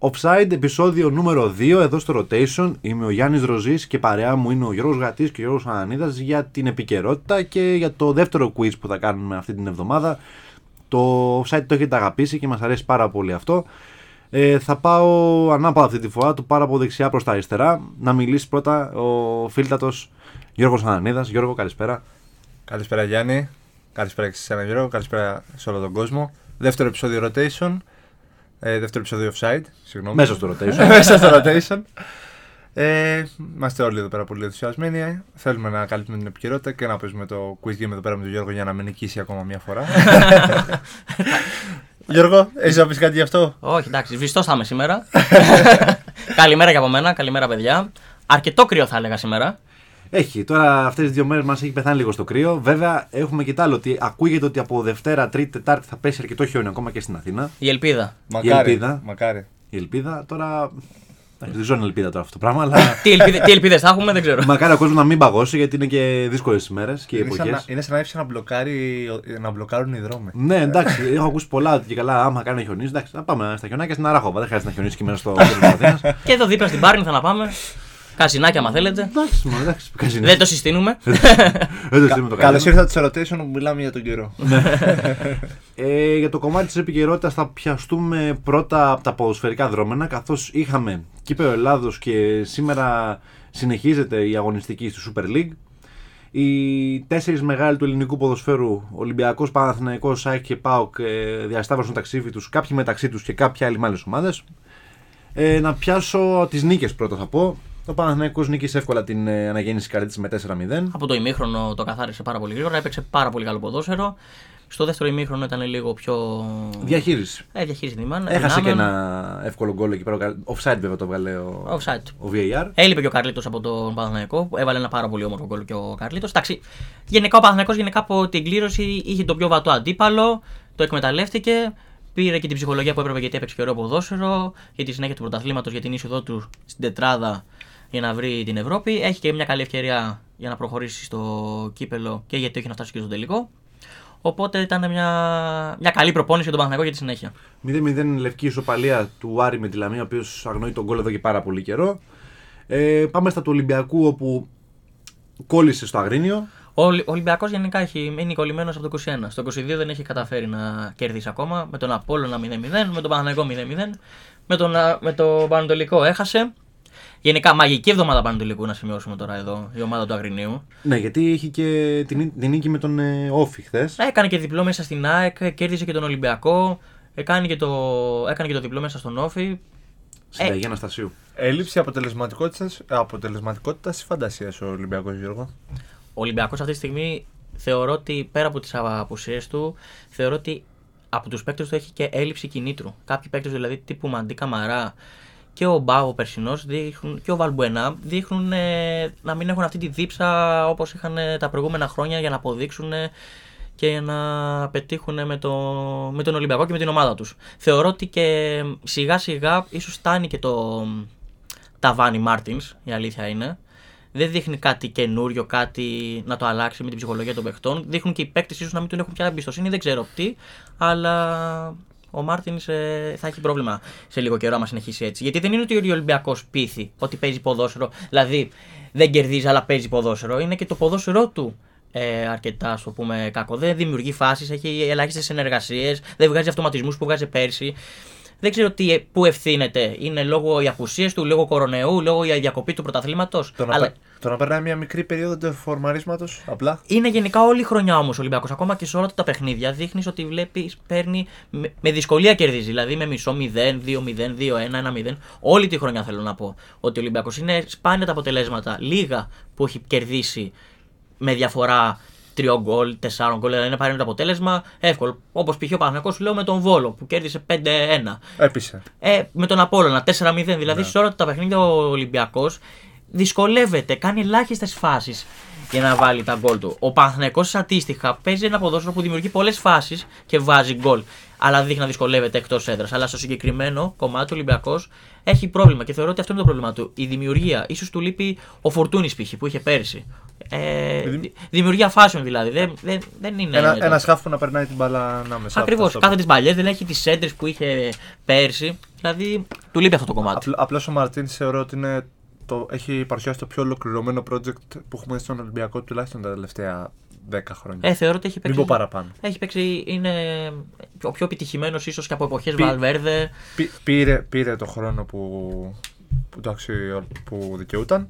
Offside, επεισόδιο νούμερο 2 εδώ στο Rotation. Είμαι ο Γιάννης Ροζής και παρέα μου είναι ο Γιώργος Γατής και ο Γιώργος Ανανίδας για την επικαιρότητα και για το δεύτερο quiz που θα κάνουμε αυτή την εβδομάδα. Το offside το έχετε αγαπήσει και μας αρέσει πάρα πολύ αυτό. Ε, θα πάω ανάποδα αυτή τη φορά, το πάρα από δεξιά προς τα αριστερά. Να μιλήσει πρώτα ο φίλτατος Γιώργος Ανανίδας. Γιώργο, καλησπέρα. Καλησπέρα Γιάννη. Καλησπέρα και σε εσένα Γιώργο. Καλησπέρα σε όλο τον κόσμο. Δεύτερο επεισόδιο Rotation. Ε, δεύτερο επεισόδιο Offside. Συγγνώμη. Μέσα στο rotation. Μέσα στο Rotation. Ε, είμαστε όλοι εδώ πέρα πολύ ενθουσιασμένοι. ε. Θέλουμε να καλύπτουμε την επικαιρότητα και να παίζουμε το quiz game εδώ πέρα με τον Γιώργο για να με νικήσει ακόμα μια φορά. Γιώργο, έχεις να πεις κάτι γι' αυτό. Όχι, εντάξει, βιστό θα είμαι σήμερα. καλημέρα και από μένα, καλημέρα παιδιά. Αρκετό κρύο θα έλεγα σήμερα. Έχει. Τώρα αυτές τις δύο μέρες μας έχει πεθάνει λίγο στο κρύο. Βέβαια, έχουμε και τ' άλλο ότι ακούγεται ότι από Δευτέρα, Τρίτη, Τετάρτη θα πέσει αρκετό χιόνι ακόμα και στην Αθήνα. Η ελπίδα. Μακάρι. ελπίδα. μακάρι. Η ελπίδα τώρα. εντάξει, Δεν ξέρω αν είναι ελπίδα τώρα αυτό το πράγμα, αλλά. τι, ελπίδε, τι ελπίδες θα έχουμε δεν ξέρω. Μακάρι ο κόσμος να μην παγώσει γιατί είναι και δύσκολες ημέρε και Είναι σαν, να, εποχέ. είναι σαν να έψει να, μπλοκάρει, να μπλοκάρουν οι δρόμοι. Ναι, εντάξει, έχω ακούσει πολλά ότι και καλά. Άμα κάνει χιονίσει, εντάξει, να πάμε στα χιονάκια στην Αράχοβα. Δεν χρειάζεται να χιονίσει και μέσα στο κέντρο της Αθήνας. και εδώ δίπλα στην Πάρνη θα να πάμε. Καζινάκια, άμα θέλετε. Εντάξει, μα εντάξει, καζίνο. δεν το συστήνουμε. Δεν το στείλουμε το Καλώ καζίνο. ήρθατε στο rotation που μιλάμε για τον καιρό. Ε, για το κομμάτι της επικαιρότητας θα πιαστούμε πρώτα από τα ποδοσφαιρικά δρόμενα, καθώς είχαμε κύπελο Ελλάδος και σήμερα συνεχίζεται η αγωνιστική στη Super League. Οι τέσσερις μεγάλοι του ελληνικού ποδοσφαίρου, Ολυμπιακός, Παναθηναϊκός, ΣΑΕΚ και ΠΑΟΚ, ε, διασταύρωσαν ταξίδι τους, κάποιοι μεταξύ τους και κάποιοι άλλοι άλλες ομάδες. Ε, να πιάσω τις νίκες πρώτα θα πω. Ο Παναθηναϊκός νίκησε εύκολα την ε, αναγέννηση Καρδίτης με 4-0. από το ημίχρονο το καθάρισε πάρα πολύ γρήγορα, έπαιξε πάρα πολύ καλό ποδόσφαιρο. Στο δεύτερο ημίχρονο ήταν λίγο πιο. Διαχείριση. Ε, διαχείριση δυνάμεων. Έχασε και ένα εύκολο γκολ εκεί πέρα. ο Κα- Offside βέβαια το βγάλε ο, Offside. ο VAR. Έλειπε και ο Καρλίτος από τον Παναθηναϊκό. που Έβαλε ένα πάρα πολύ όμορφο γκολ και ο Καρλίτος. Εντάξει, γενικά ο Παναθηναϊκός γενικά από την κλήρωση είχε τον πιο βατό αντίπαλο, το εκμεταλλεύτηκε. Πήρε και την ψυχολογία που έπρεπε γιατί έπαιξε και ωραίο ποδόσφαιρο, για τη συνέχεια του πρωταθλήματος, για την είσοδό του στην τετράδα για να βρει την Ευρώπη. Έχει και μια καλή ευκαιρία για να προχωρήσει στο κύπελο και γιατί όχι να φτάσει και στο τελικό. Οπότε ήταν μια, μια καλή προπόνηση για τον Παναθηναϊκό για τη συνέχεια. 0-0 λευκή ισοπαλία του Άρη με τη Λαμία, ο οποίος αγνοεί τον γκολ εδώ και πάρα πολύ καιρό. Ε, πάμε στα του Ολυμπιακού, όπου κόλλησε στο Αγρίνιο. Ο Ολυ- Ολυμπιακός γενικά έχει μείνει κολλημένος από το 21. Στο 22 δεν έχει καταφέρει να κερδίσει ακόμα. Με τον Απόλλωνα 0-0, με τον Παναγενικό 0-0, με τον, Α- με τον Πανατολικό έχασε. Γενικά, μαγική εβδομάδα Πανατολικού να σημειώσουμε τώρα εδώ, η ομάδα του Αγρινίου. Ναι, γιατί είχε και την, νί- την νίκη με τον ε, Όφη χθες. Έκανε και διπλό μέσα στην ΑΕΚ, κέρδισε και τον Ολυμπιακό, έκανε και το, έκανε και το διπλό μέσα στον Όφη. ε, Συνταγή Αναστασίου. Έλλειψη αποτελεσματικότητας αποτελεσματικότητας τη φαντασίας ο Ολυμπιακός Γιώργο. Ο Ολυμπιακός αυτή τη στιγμή θεωρώ ότι πέρα από τις απουσίες του, θεωρώ ότι από τους παίκτες του έχει και έλλειψη κινήτρου. Κάποιοι παίκτες δηλαδή τύπου Μαντί Καμαρά και ο Μπάου ο Περσινός και ο Βαλμπουενά δείχνουν ε, να μην έχουν αυτή τη δίψα όπως είχαν ε, τα προηγούμενα χρόνια για να αποδείξουν ε, και να πετύχουν ε, με, το, με τον Ολυμπιακό και με την ομάδα τους. Θεωρώ ότι και ε, σιγά σιγά ίσως φτάνει και το, ταβάνι Μάρτιν, η αλήθεια είναι. Δεν δείχνει κάτι καινούριο, κάτι να το αλλάξει με την ψυχολογία των παιχτών. Δείχνουν και οι παίκτες ίσως να μην τον έχουν πια εμπιστοσύνη, δεν ξέρω τι. Αλλά ο Μάρτιν θα έχει πρόβλημα σε λίγο καιρό, άμα συνεχίσει έτσι. Γιατί δεν είναι ότι ο Ολυμπιακός πείθει ότι παίζει ποδόσφαιρο, δηλαδή δεν κερδίζει, αλλά παίζει ποδόσφαιρο. Είναι και το ποδόσφαιρό του ε, αρκετά, ας το πούμε, κακό. Δεν δημιουργεί φάσεις, έχει ελάχιστες συνεργασίες, δεν βγάζει αυτοματισμούς που βγάζει πέρσι. Δεν ξέρω τι, πού ευθύνεται. Είναι λόγω οι απουσίες του, λόγω κοροναιού, λόγω η διακοπή του πρωταθλήματος. Το, να Αλλά πε- το να περνάει μια μικρή περίοδο του φορμαρίσματος, απλά. είναι γενικά όλη η χρονιά όμως ο Ολυμπιακός. Ακόμα και σε όλα τα παιχνίδια δείχνεις ότι βλέπεις, παίρνει με, με δυσκολία κερδίζει. Δηλαδή με μισό 0, 2-0, 2-1, 1-0. Όλη τη χρονιά θέλω να πω ότι ο Ολυμπιακός είναι σπάνια τα αποτελέσματα. Λίγα που έχει κερδίσει με διαφορά 3 γκολ, 4 γκολ. Δηλαδή είναι παρέμει το αποτέλεσμα εύκολο. Όπως π.χ. ο Παναγενικό λέω με τον Βόλο που κέρδισε 5-1. Έπεισε. Ε, με τον Απόλλωνα 4-0. Δηλαδή Ναι. σε όλα τα παιχνίδια ο Ολυμπιακός δυσκολεύεται, κάνει ελάχιστες φάσεις για να βάλει τα γκολ του. Ο Παναθηναϊκός αντίστοιχα παίζει ένα ποδόσφαιρο που δημιουργεί πολλές φάσεις και βάζει γκολ. αλλά δείχνει να δυσκολεύεται εκτός έδρας. Αλλά στο συγκεκριμένο κομμάτι ο Ολυμπιακός έχει πρόβλημα και θεωρώ ότι αυτό είναι το πρόβλημα του. Η δημιουργία. σω του λείπει ο Φορτούνης π.χ. που είχε πέρσι. Ε, δη- δημιουργία φάσεων δηλαδή. Δεν, δεν, δεν είναι. Ένα, το- ένα σχάφ που να περνάει την μπαλά ανάμεσα. Ακριβώς. Αυτό. ναι, Κάθε τις παλιέ δεν έχει τις έντρε που είχε πέρσι. Δηλαδή του λείπει αυτό το κομμάτι. Απλ- Απλώς ο Μαρτίν θεωρώ ότι είναι το, έχει παρουσιάσει το πιο ολοκληρωμένο project που έχουμε στον Ολυμπιακό τουλάχιστον τα τελευταία 10 χρόνια. Ε, θεωρώ ότι έχει Μην παίξει. πω παραπάνω. Έχει παίξει, είναι ο πιο επιτυχημένος ίσως και από εποχές Πι- Βαλβέρδε. Πή- πήρε, πήρε το χρόνο που, που, το αξι- που δικαιούταν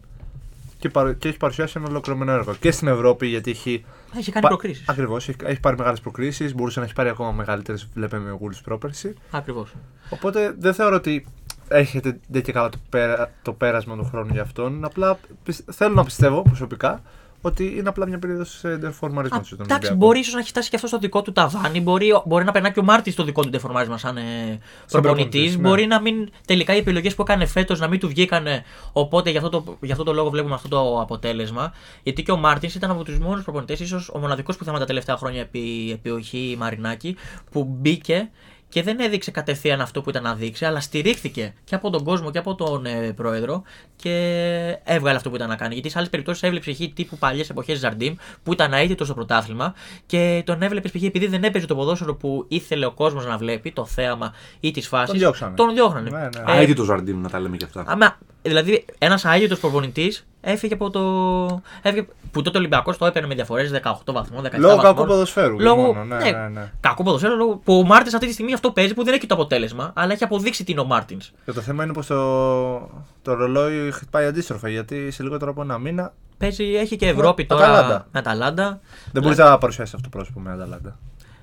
και, παρου- και έχει παρουσιάσει ένα ολοκληρωμένο έργο. Και στην Ευρώπη γιατί έχει. Έχει κάνει προκρίσεις. Ακριβώς, έχει, έχει πάρει μεγάλες προκρίσεις. Μπορούσε να έχει πάρει ακόμα μεγαλύτερες, βλέπουμε, γούλε πρόπερση. Ακριβώς. Οπότε δεν θεωρώ ότι έχετε ντε και καλά το, πέρα, το πέρασμα του χρόνου για αυτόν. Απλά πισ- θέλω να πιστεύω προσωπικά ότι είναι απλά μια ε, περίοδο ντερφορμαρίσματο. Εντάξει, μπορεί ίσως να έχει φτάσει και αυτός στο δικό του ταβάνι. Μπορεί, μπορεί να περνάει και ο Μάρτης στο δικό του ντεφορμάρισμα σαν προπονητής. προπονητής, ναι. Μπορεί να μην τελικά οι επιλογές που έκανε φέτος να μην του βγήκανε. Οπότε γι' αυτό, το, γι' αυτό το λόγο βλέπουμε αυτό το αποτέλεσμα. Γιατί και ο Μάρτιν ήταν από τους μόνους προπονητές, ίσως ο μοναδικός που είχαμε τα τελευταία χρόνια επί επιοχή Μαρινάκη, που μπήκε και δεν έδειξε κατευθείαν αυτό που ήταν να δείξει, αλλά στηρίχθηκε και από τον κόσμο και από τον ε, πρόεδρο και έβγαλε αυτό που ήταν να κάνει. Γιατί σε άλλες περιπτώσεις έβλεψε χ τύπου παλιές εποχές Ζαρντίμ που ήταν αίτητο στο πρωτάθλημα και τον έβλεπες π.χ. επειδή δεν έπαιζε το ποδόσφαιρο που ήθελε ο κόσμος να βλέπει, το θέαμα ή τις φάσεις. Τον διώξανε. Τον διώχνανε. Ναι, ναι. Ε, Α, ήδη το Ζαρντίν να τα λέμε και αυτά. Άμα, δηλαδή, ένας άγιος προπονητής έφυγε από το. Έφυγε, που τότε ο Ολυμπιακός το έπαιρνε με διαφορές 18 βαθμών, 17 Λόγω βαθμών. κακού ποδοσφαίρου. Λόγω, μόνο, ναι, ναι, ναι. Κακού ποδοσφαίρου, λόγω που ο Μάρτιν αυτή τη στιγμή αυτό παίζει που δεν έχει το αποτέλεσμα, αλλά έχει αποδείξει τι είναι ο Μάρτιν. Και το θέμα είναι πως το, το ρολόι πάει αντίστροφα γιατί σε λιγότερο από ένα μήνα Παίζει, έχει και Ευρώπη τώρα. Ναι, Αταλάντα. με Αταλάντα. δεν μπορείς Ναι. να παρουσιάσεις αυτό το πρόσωπο με Αταλάντα.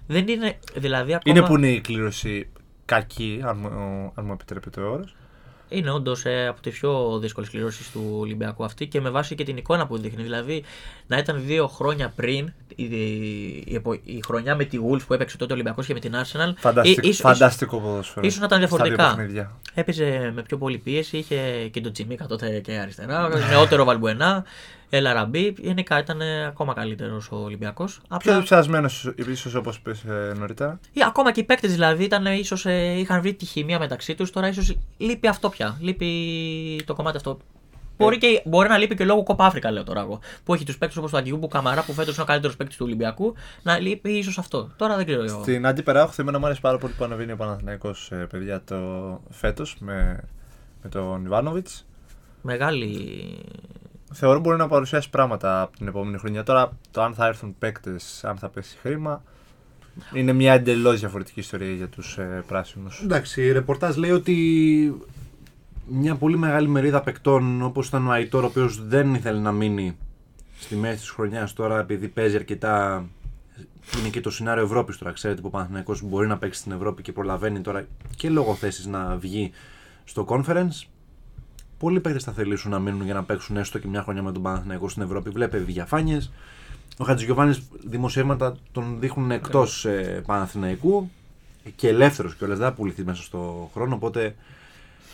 Δεν είναι, δηλαδή ακόμα. Είναι που είναι η κλήρωση κακή, αν, μου- αν μου επιτρέπετε ο όρος. Είναι όντως από τις πιο δύσκολες κληρώσεις του Ολυμπιακού αυτή και με βάση και την εικόνα που δείχνει. Δηλαδή, να ήταν δύο χρόνια πριν η, η, επο- η χρονιά με τη Wolves που έπαιξε τότε ο Ολυμπιακός και με την Arsenal. Φανταστικό, ή- Ε, ίσως- φανταστικό ποδόσφαιρο. ίσως να ήταν διαφορετικά. Στα δύο παιχνίδια. Έπαιζε με πιο πολύ πίεση, είχε και τον Τζιμίκα τότε και αριστερά. Νεότερο Βαλμπουενά, Ελαραμπή. Γενικά ήταν ε, ακόμα καλύτερος ο Ολυμπιακός. Πιο Απλά, διψασμένος, ίσως όπως είπες ε, νωρίτερα. ή, ακόμα και οι παίκτες δηλαδή ήταν, ε, ίσως, ε, είχαν βρει τη χημεία μεταξύ τους. Τώρα ίσως λείπει αυτό πια. Λείπει το κομμάτι αυτό. Ε. Μπορεί, και, μπορεί να λείπει και λόγω Κόπα Αφρικα, λέω τώρα εγώ. Που έχει τους παίκτες όπως τον Αγγιούμπου Καμαρά, που φέτος είναι ο καλύτερος παίκτης του Ολυμπιακού. Να λείπει ίσως αυτό. Τώρα δεν ξέρω εγώ. Στην αντιπεράγωγη, εμένα μου άρεσε πάρα πολύ που ανεβαίνει ο Παναθηναϊκός ε, παιδιά το φέτος με, με τον Ιβάνοβιτ. Μεγάλη Θεωρώ μπορεί να παρουσιάσει πράγματα από την επόμενη χρονιά. Τώρα, το αν θα έρθουν παίκτες, αν θα πέσει χρήμα, είναι μια εντελώς διαφορετική ιστορία για τους ε, πράσινους. Εντάξει, η ρεπορτάζ λέει ότι μια πολύ μεγάλη μερίδα παικτών όπως ήταν ο Αϊτόρ ο οποίος δεν ήθελε να μείνει στη μέση της χρονιάς τώρα επειδή παίζει αρκετά είναι και το σενάριο Ευρώπης τώρα ξέρετε που ο Παναθηναϊκός μπορεί να παίξει στην Ευρώπη και προλαβαίνει τώρα και λόγω θέσης να βγει στο conference πολλοί παίκτες θα θελήσουν να μείνουν για να παίξουν έστω και μια χρονιά με τον Παναθηναϊκό στην Ευρώπη βλέπετε διαφάνειες ο Χατζηγιοβάνης δημοσιεύματα τον δείχνουν εκτός ε, Παναθηναϊκού και ελεύθερος κιόλας, δεν θα πουληθεί μέσα στο χρόνο, οπότε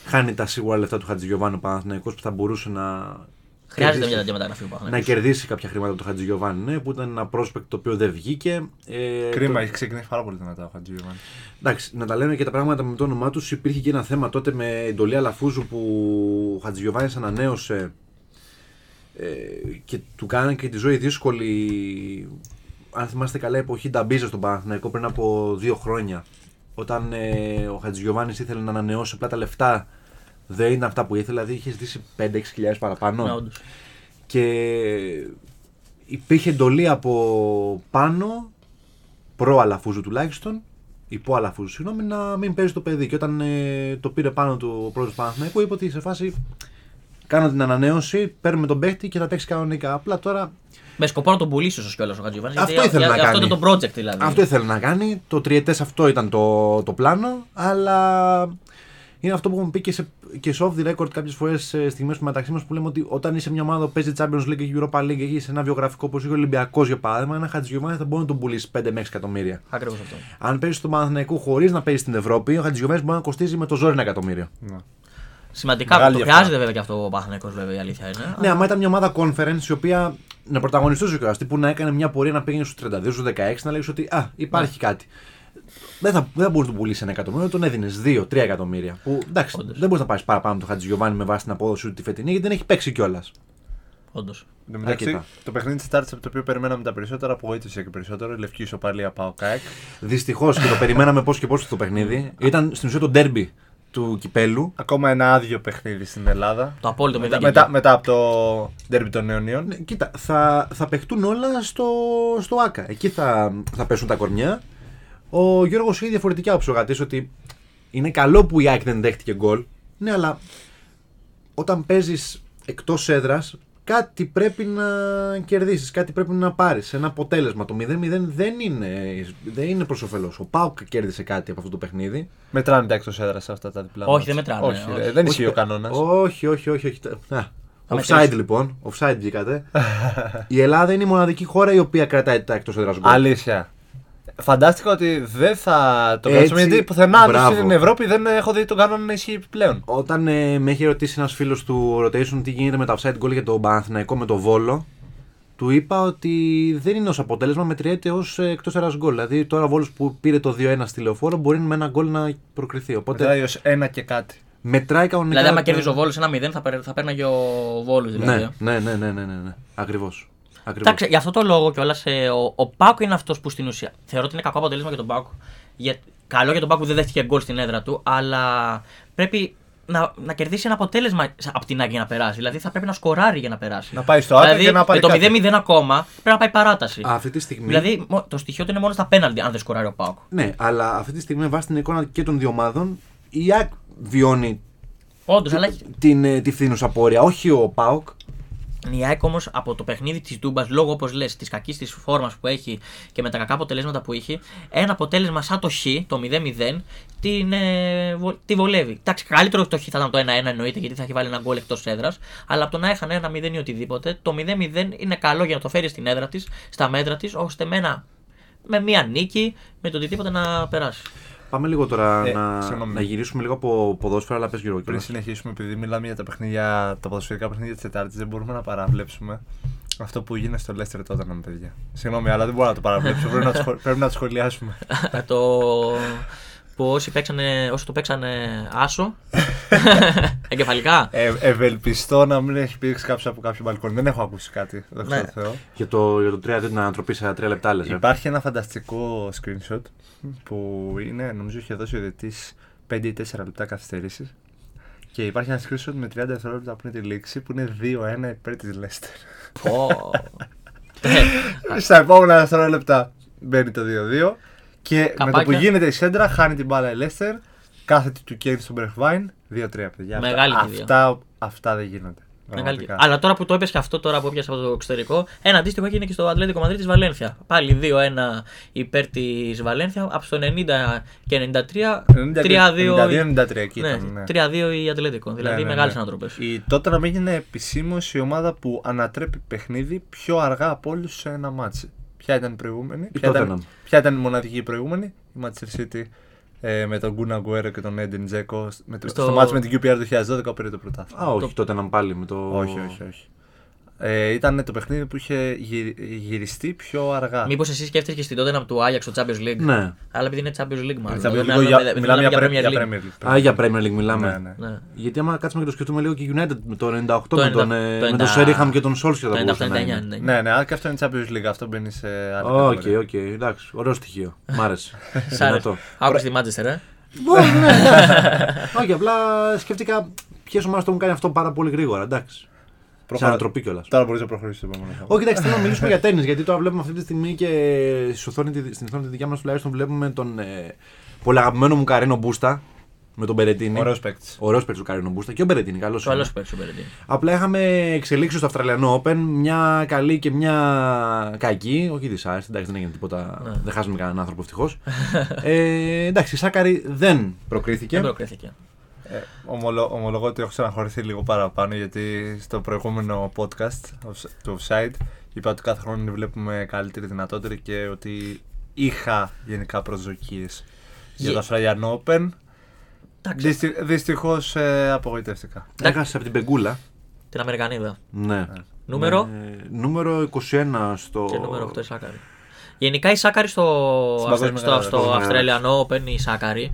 χάνει τα σίγουρα λεφτά του Χατζηγιοβάνου ο Παναθηναϊκός που θα μπορούσε να Χρειάζεται κερδίσει- μια τέτοια μεταγραφή που να κερδίσει κάποια χρήματα από τον Χατζηγιοβάνη, ναι, που ήταν ένα prospect το οποίο δεν βγήκε. Ε, Κρίμα, έχει το- ξεκινήσει πάρα πολύ δυνατά ο Χατζήγιοβαν. εντάξει, να τα λέμε και τα πράγματα με το όνομά τους. Υπήρχε και ένα θέμα τότε με εντολή Αλαφούζου που ο Χατζηγιοβάνη ανανέωσε ε, και του κάνανε και τη ζωή δύσκολη. Αν θυμάστε καλά, η εποχή Νταμπίζα στον Παναθηναϊκό πριν από δύο χρόνια. Όταν ε, ο Χατζηγιοβάνη ήθελε να ανανεώσει, απλά τα λεφτά δεν ήταν αυτά που ήθελε, δηλαδή είχε ζητήσει 5-6 χιλιάδες παραπάνω Ναι, όντως. και υπήρχε εντολή από πάνω, προ Αλαφούζου τουλάχιστον, υπό Αλαφούζου συγγνώμη, να μην παίζει το παιδί. Και όταν ε, το πήρε πάνω του ο πρόεδρος του Παναθηναϊκού, είπε ότι σε φάση κάνω την ανανέωση, παίρνουμε τον παίχτη και θα παίξει κανονικά. Απλά τώρα Με σκοπό να τον πουλήσει ίσω κιόλας ο Χατζιοβάνη. Αυτό ήθελε να Αυτό κάνει. ήταν το project δηλαδή. αυτό ήθελε να κάνει, το τριετές αυτό ήταν το, το πλάνο, αλλά είναι αυτό που έχουμε πει και σε, και σε off the record κάποιες φορές ε, στιγμές που μεταξύ μας που λέμε ότι όταν είσαι μια ομάδα που παίζει Champions League και Europa League και έχεις ένα βιογραφικό όπως είχε ο Ολυμπιακός για παράδειγμα, ένα Χατζιωβάνη θα μπορεί να τον πουλήσει 5 με 6 εκατομμύρια. Ακριβώς αυτό. Αν παίζεις στον Παναθηναϊκό χωρίς να παίζεις στην Ευρώπη, ο Χατζηγιοβάνη μπορεί να κοστίζει με το ζόρι ένα εκατομμύριο. Σημαντικά Μεγάλη το διαφορά. χρειάζεται βέβαια και αυτό ο Παθανικό βέβαια η αλήθεια είναι. Ναι, άμα ήταν μια ομάδα conference η οποία να πρωταγωνιστούσε κιόλα, που να έκανε μια πορεία να πήγαινε στους 32, στου 16, να λέει ότι α, υπάρχει κάτι. Δεν θα, δεν θα μπορούσε να τον πουλήσεις ένα εκατομμύριο, τον έδινες 2-3 εκατομμύρια. Που εντάξει, Όντως. δεν μπορείς να πάρει παραπάνω το Χατζηγιοβάνι με βάση την απόδοση του τη φετινή, γιατί δεν έχει παίξει κιόλας. Όντως. Εν τω μεταξύ, Αρκετά. το παιχνίδι της Τάρτσα από το οποίο περιμέναμε τα περισσότερα απογοήτευσε και περισσότερο. Η Λευκή Ισοπαλία Πάο Κάεκ. Δυστυχώς και το περιμέναμε πώς και πώς το παιχνίδι. Ήταν στην ουσία το ντέρμπι του κυπέλου. Ακόμα ένα άδειο παιχνίδι στην Ελλάδα. Το απόλυτο μετά, μηδέν. μετά, μετά από το ντέρμπι των Νεωνίων. Ναι, κοίτα, θα, θα παιχτούν όλα στο, στο ΑΚΑ. Εκεί θα, θα πέσουν τα κορμιά. Ο Γιώργος είχε διαφορετική άποψη ο Γατής, ότι είναι καλό που η ΑΕΚ δεν δέχτηκε γκολ. Ναι, αλλά όταν παίζεις εκτός έδρας, κάτι πρέπει να κερδίσεις, κάτι πρέπει να πάρεις. Ένα αποτέλεσμα. Το 0-0 δεν είναι, δεν είναι προς όφελος. Ο Πάουκ κέρδισε κάτι από αυτό το παιχνίδι. Μετράνε τα εκτός έδρας σε αυτά τα διπλά. Όχι, μάτς. δεν μετράνε, Όχι, όχι. ρε, δεν ισχύει Όχι, ε, ο κανόνας. Όχι, όχι, όχι. όχι. Να. Offside μετρήσεις. λοιπόν. Offside βγήκατε. η Ελλάδα είναι η μοναδική χώρα η οποία κρατάει τα εκτός έδρας γκολ. Αλήθεια. Φαντάστηκα ότι δεν θα το Έτσι, κάτσουμε γιατί πουθενά άλλο μπράβο. στην Ευρώπη δεν έχω δει τον κανόνα να ισχύει πλέον. Όταν ε, με έχει ρωτήσει ένας φίλος του Rotation τι γίνεται με τα offside goal για τον Παναθηναϊκό με το Βόλο, του είπα ότι δεν είναι ως αποτέλεσμα, μετριέται ως εκτό έδρα γκολ. Δηλαδή τώρα ο Βόλος που πήρε το 2-1 στη λεωφόρο μπορεί με ένα γκολ να προκριθεί. Οπότε Μετράει ως ένα και κάτι. μετράει κανονικά. Δηλαδή, άμα κέρδιζε ο Βόλος ένα 0, θα, παίρ- θα πέρναγε ο Βόλος. Δηλαδή. Ναι, ναι, ναι, ναι, ναι, ναι, ναι. Ακριβώς. Ακριβώς. Εντάξει, γι' αυτό το λόγο κιόλας ο, ο Πάκο είναι αυτός που στην ουσία. Θεωρώ ότι είναι κακό αποτέλεσμα για τον Πάκο. Για, καλό για τον Πάκο που δεν δέχτηκε γκολ στην έδρα του, αλλά πρέπει να, να κερδίσει ένα αποτέλεσμα σε- από την Άγκη για να περάσει. Δηλαδή θα πρέπει να σκοράρει για να περάσει. Να πάει στο άκρη δηλαδή, και να πάρει με το κάτι. 0-0 ακόμα πρέπει να πάει παράταση. Αυτή τη στιγμή. δηλαδή μο- το στοιχείο του είναι μόνο στα πέναλτι αν δεν σκοράρει ο Πάκο. Ναι, αλλά αυτή τη στιγμή βάσει την εικόνα και των δύο ομάδων, η ΑΕΚ βιώνει Όντως, αλλά έχει- την, ε, τη φθήνουσα πορεία, όχι ο ΠΑΟΚ. Η ΑΕΚ όμως από το παιχνίδι της Τούμπα, λόγω όπως λες της κακής της φόρμας που έχει και με τα κακά αποτελέσματα που έχει, ένα αποτέλεσμα σαν το Χ, το 0-0, την, ε, βο- τη βολεύει. Εντάξει, καλύτερο το Χ θα ήταν το 1-1 εννοείται, γιατί θα έχει βάλει ένα γκολ εκτός έδρας, αλλά από το να έχανε ένα 0 ή οτιδήποτε, το 0-0 είναι καλό για να το φέρεις στην έδρα της, στα μέτρα της, ώστε με, ένα, με μία νίκη, με το οτιδήποτε να περάσει. Πάμε λίγο τώρα Ε, να, συγγνώμη. να γυρίσουμε λίγο από ποδόσφαιρα, αλλά πες Γιώργο Πριν κιόλας. συνεχίσουμε, επειδή μιλάμε για τα παιχνίδια, τα ποδοσφαιρικά παιχνίδια της Τετάρτης, δεν μπορούμε να παραβλέψουμε αυτό που έγινε στο Λέστερ τότε με παιδιά. Συγγνώμη, αλλά δεν μπορώ να το παραβλέψω. πρέπει, να το, σχολ- πρέπει να το σχολιάσουμε. το που όσοι, παίξανε, όσοι το παίξανε άσο, εγκεφαλικά. Ε, ευελπιστώ να μην έχει πήξει κάποιος από κάποιο μπαλκόνι. Δεν έχω ακούσει κάτι. Δόξα Ναι. τω Θεώ. Για το, για το 3 την ανατροπή σε 3 λεπτά λες, ε. Υπάρχει ένα φανταστικό screenshot που είναι, νομίζω, είχε δώσει ο διαιτητής 5 ή 4 λεπτά καθυστερήσεις. Και υπάρχει ένα screenshot με 30 δευτερόλεπτα πριν τη λήξη που είναι 2-1 υπέρ της Λέστερ. Πω. Ε, Στα επόμενα δευτερόλεπτα μπαίνει το 2-2. Και με το που Καπάκια. γίνεται η σέντρα, χάνει την μπάλα η Λέστερ. Κάθεται του Κέιν στον Μπρεχβάιν. 2-3 παιδιά. Αυτά- Μεγάλη κηδεία. αυτά, αυτά δεν γίνονται. Μεγάλη. πραγματικά. Αλλά τώρα που το έπιασε αυτό, τώρα που έπιασε από το εξωτερικό, ένα αντίστοιχο έγινε και στο Ατλέτικο Μαδρίτη Βαλένθια. Πάλι 2-1 υπέρ της Βαλένθια. Από το 90 και 93, 90 και 3-2. 92-93 εκεί Ναι, ήταν. ναι. 3-2 η Ατλέτικο. Δηλαδή ναι, μεγάλες ναι. ανατροπές. Η Tottenham έγινε επισήμως η ομάδα που ανατρέπει παιχνίδι πιο αργά από όλους σε ένα μάτσι. Ποια ήταν η προηγούμενη, ποια Tottenham. ήταν, ποια ήταν η μοναδική προηγούμενη, η Manchester City ε, με τον Γκούνα Γκουέρο και τον Έντιν Τζέκο. Με το, Στο- στο... μάτσι με την QPR το 2012 που πήρε το πρωτάθλημα. Α, όχι, τότε να πάλι με το... Όχι, όχι, όχι. Ε, ήταν το παιχνίδι που είχε γυρι- γυριστεί πιο αργά. Μήπως εσύ σκέφτεσαι και στην τότε του Άγιαξ στο Champions League. Ναι. Αλλά επειδή είναι Champions League, μάλλον. Δηλαδή, Θα δεν μιλάμε για- δεν μιλάμε για Premier- για League. Premier League. Α, για Premier League μιλάμε. Ναι, ναι. Ναι. Γιατί άμα κάτσουμε και το σκεφτούμε λίγο και η United με το 98, Το με τον, 90, ε, το με 90, τον Σέριχαμ και τον Σόλσια θα Το μπορούσε να 99 είναι. ναι. Ναι, ναι, αλλά και αυτό είναι Champions League. Αυτό μπαίνει σε άλλη Οκ, κατηγορία. οκ, εντάξει, ωραίο στοιχείο. Μ' άρεσε. Σ' Ναι, άρεσε. Δυνατό. Άκουσες τη Manchester, ε. Μπορεί, ναι. Όχι, απλά σκέφτηκα ποιες ομάδες το έχουν κάνει αυτό πάρα πολύ γρήγορα. Εντάξει. Σε Προχωρά- ανατροπή κιόλας. Τώρα μπορείς να προχωρήσεις το επόμενο θέμα. Όχι, εντάξει, θέλω να μιλήσουμε για τέννη, γιατί τώρα βλέπουμε αυτή τη στιγμή και στη οθόνη τη- στην οθόνη τη δικιά μας τουλάχιστον βλέπουμε τον ε, πολύ αγαπημένο μου Καρίνο Μπούστα με τον Μπερετίνη. Ωραίος παίκτης. Ωραίος παίκτης ο Καρίνο Μπούστα και ο Μπερετίνη, καλός Το άλλο σου παίξει ο Μπερεντίν. Απλά είχαμε εξελίξεις στο Αυστραλιανό Open, μια καλή και μια κακή. Όχι δυσάρεστη, εντάξει, δεν έγινε τίποτα. Δεν χάσαμε κανέναν άνθρωπο ευτυχώς. ε, εντάξει, η Σάκαρη δεν προκρίθηκε. Δεν προκρίθηκε. Ε, ομολο- ομολογώ ότι έχω ξαναχωρηθεί λίγο παραπάνω γιατί στο προηγούμενο podcast offs- του Offside είπα ότι κάθε χρόνο τη βλέπουμε καλύτερη, δυνατότερη και ότι είχα γενικά προσδοκίες για Γε- το Australian Open. Εντάξει. Δυστι... Δυστυχώς ε, απογοητεύτηκα. Έχασε από την Πεγκούλα. Την Αμερικανίδα. Ναι. Νούμερο? Ε, νούμερο 21 στο. Και νούμερο 8 η Σάκαρη. Γενικά η Σάκαρη στο, Στην αυστρα- παγκόσμια στο, κατάσταση. στο Ναι. Αυστραλιανό Open η Σάκαρη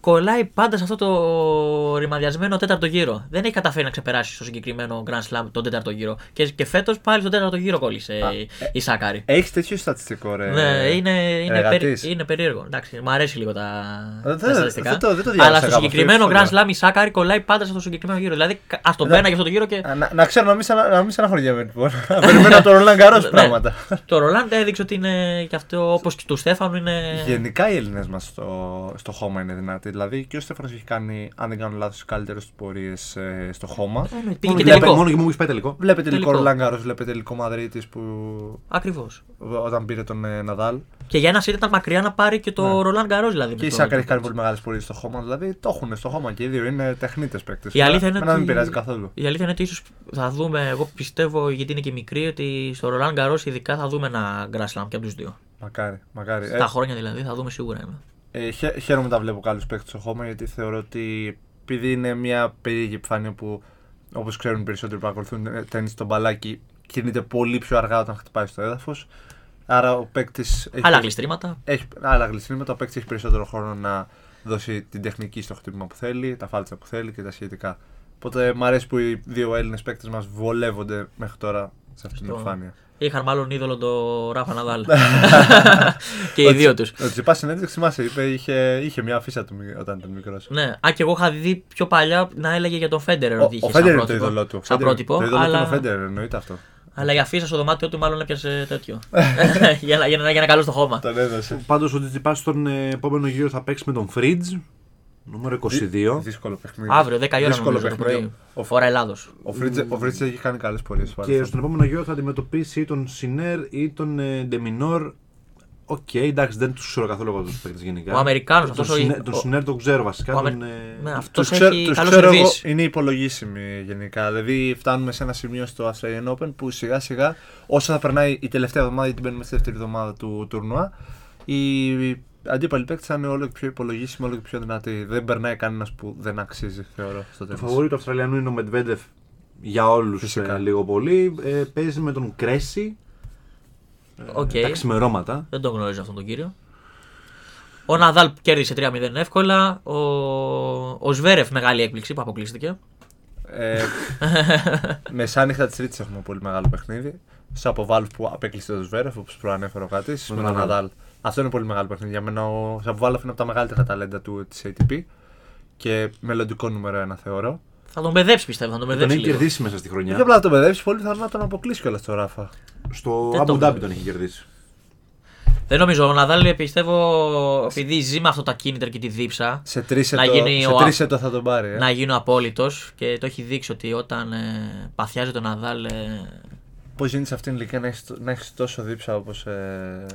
κολλάει πάντα σε αυτό το ρημαδιασμένο τέταρτο γύρο. Δεν έχει καταφέρει να ξεπεράσει στο συγκεκριμένο Grand Slam τον τέταρτο γύρο. Και, και φέτος πάλι στον τέταρτο γύρο κόλλησε η, η Σάκαρη. Έχεις τέτοιο στατιστικό, ρε. Ναι, είναι, είναι, περί, ε, εργατής. είναι περίεργο. Εντάξει, μου αρέσει λίγο τα, Δεν- τα στατιστικά. δεν το- δεν το Αλλά διάβασα στο κάπου αυτό, ναι. συγκεκριμένο ήρθε Grand τώρα. Slam η Σάκαρη κολλάει πάντα σε αυτό το συγκεκριμένο γύρο. Δηλαδή, α τον Ναι. πέναγε αυτό το γύρο και. Α, Να, να ξέρω να μην, σαν, να μην στεναχωριέμαι λοιπόν. Να Περιμένω από τον Ρολάν Καρός Ναι. πράγματα. Το Ρολάντ έδειξε ότι είναι και αυτό όπως και του Στέφανου είναι. Γενικά οι Έλληνες μας στο, στο χώμα είναι δυνατοί. Δηλαδή και ο Στέφανος έχει κάνει, αν δεν κάνω λάθος, τις καλύτερες του πορείες στο χώμα. Ε, Εννοείται, Πήγε Μόνο και και τελικό. μόνο και μου έχεις πάει τελικό. Βλέπετε τελικό Τελικό. Ρολάν Καρό, βλέπετε τελικό Μαδρίτης που Ακριβώς. όταν πήρε τον ε, Ναδάλ. Και για ένας σύντα ήταν μακριά να πάρει και το Ρολάν Γκαρός δηλαδή. Ναι. Και η Σάκαρη έχει κάνει πολύ μεγάλες πορείες στο χώμα. Δηλαδή το έχουν στο χώμα και οι δύο είναι τεχνίτες παίκτες. Η αλήθεια είναι Να μην ότι- πειράζει καθόλου. Η αλήθεια είναι ότι ίσως θα δούμε, εγώ πιστεύω γιατί είναι και μικρή, ότι στο Ρολάν Γκαρός ειδικά θα δούμε ένα Grand Slam και από τους δύο. Μακάρι, μακάρι. Ε, Τα χρόνια δηλαδή θα δούμε σίγουρα ένα. Ε, χα- χαίρομαι να βλέπω καλούς παίκτες στο χώμα γιατί θεωρώ ότι επειδή είναι μια περίεργη επιφάνεια που όπως ξέρουν οι περισσότεροι που ακολουθούν ε, τέννη στο μπαλάκι κινείται πολύ πιο αργά όταν χτυπάει στο έδαφος. Άρα ο παίκτης. Άλλα κλειστρήματα. Έχει, άλλα γλυστρήματα, ο παίκτης έχει περισσότερο χρόνο να δώσει την τεχνική στο χτύπημα που θέλει, τα φάλτσα που θέλει και τα σχετικά. Οπότε μου αρέσει που οι δύο Έλληνες παίκτες μας βολεύονται μέχρι τώρα σε αυτή την Στο- επιφάνεια. Είχαν μάλλον είδωλο το Ράφα Ναδάλ. και οι δύο του. Ο Τσιπά συνέντευξη μα είπε, είχε, είχε μια αφίσα του μι- όταν ήταν μικρός. Ναι, α και εγώ είχα δει πιο παλιά να έλεγε για τον Φέντερερ Ο, Ναι, ότι είχε. ο σαν Φέντερ είναι το πρότυπο. είδωλό του. Σαν Φέντερ- πρότυπο. Το είδωλό του είναι ο αλλά, Φέντερ, εννοείται αυτό. αλλά η αφίσα στο δωμάτιο του μάλλον έπιασε τέτοιο. για, να, για, να, για να καλό στο χώμα. Τον έδωσε. Πάντως ο Τζιτζιπάς στον ε, επόμενο γύρο θα παίξει με τον Fridge. Νούμερο 22. Δύσκολο παιχνίδι. Αύριο 10 η ώρα Δύσκολο νομίζω το παιχνίδι. πρωί. Ο Φορά Ελλάδος. Ο Φρίτζε- Ο Φρίτζε έχει κάνει καλές πορείες. Και στον επόμενο γύρο θα αντιμετωπίσει ή τον Σινέρ ή τον ε, Ντεμινόρ. Οκ, εντάξει, δεν τους ξέρω καθόλου εγώ τους παίκτες γενικά. Ο Αμερικάνος Τον αυτός ο- Σινέρ- Τον ο- Σινέρ τον ξέρω βασικά. ο Αμε- τον, ε, Ναι, αυτός Τους έχει τους καλός ξέρω εγώ, σερβίς. είναι υπολογίσιμοι γενικά. Δηλαδή, φτάνουμε σε ένα σημείο στο Australian Open που σιγά σιγά, όσο θα περνάει η τελευταία εβδομάδα, γιατί μπαίνουμε στη δεύτερη εβδομάδα του τουρνουά, οι αντίπαλοι παίκτες θα είναι όλο και πιο υπολογίσιμοι, όλο και πιο δυνατοί. Δεν περνάει κανένας που δεν αξίζει, θεωρώ, στο Το τέλο. φαβορή του Αυστραλιανού είναι ο Μετβέντεφ για όλους Φυσικά. λίγο πολύ. Ε, παίζει με τον Κρέση. Ε, Οκ. Τα ξημερώματα. Δεν τον γνωρίζω αυτόν τον κύριο. Ο Ναδάλ που κέρδισε 3-0 εύκολα. Ο, ο Σβέρεφ μεγάλη έκπληξη που αποκλείστηκε. Ε, μεσάνυχτα της Τρίτη έχουμε πολύ μεγάλο παιχνίδι. Στους αποβάλους που απέκλεισε το Σβέρεφ, όπως προανέφερε ο Κάτι, με τον Ναι, Ναδάλ. Ναδάλ. Αυτό είναι πολύ μεγάλο παιχνίδι. Για μένα ο Σαποβάλοφ είναι από τα μεγαλύτερα ταλέντα του της ATP και μελλοντικό νούμερο ένα θεωρώ. Θα τον μπεδέψει πιστεύω, θα Ε, τον Τον μπεδέψει. έχει λίγο. κερδίσει μέσα στη Και χρονιά. απλά να τον παιδεύσει, πολύ πιθανό να τον αποκλείσει κιόλας το Ράφα. Στο Δεν το Abu Dhabi βλέπω. τον έχει κερδίσει. Δεν νομίζω. Ο Ναδάλ πιστεύω επειδή ζει με αυτό τα κίνητρα και τη δίψα. Σε τρεις Να γίνει ο- ετώ θα τον πάρει. Ε. Να γίνω απόλυτος και το έχει δείξει ότι όταν ε, παθιάζει τον Ναδάλ. Ναι. ε, Πώς γίνει σε αυτήν την ηλικία να έχεις τ- να έχεις τόσο δίψα όπως.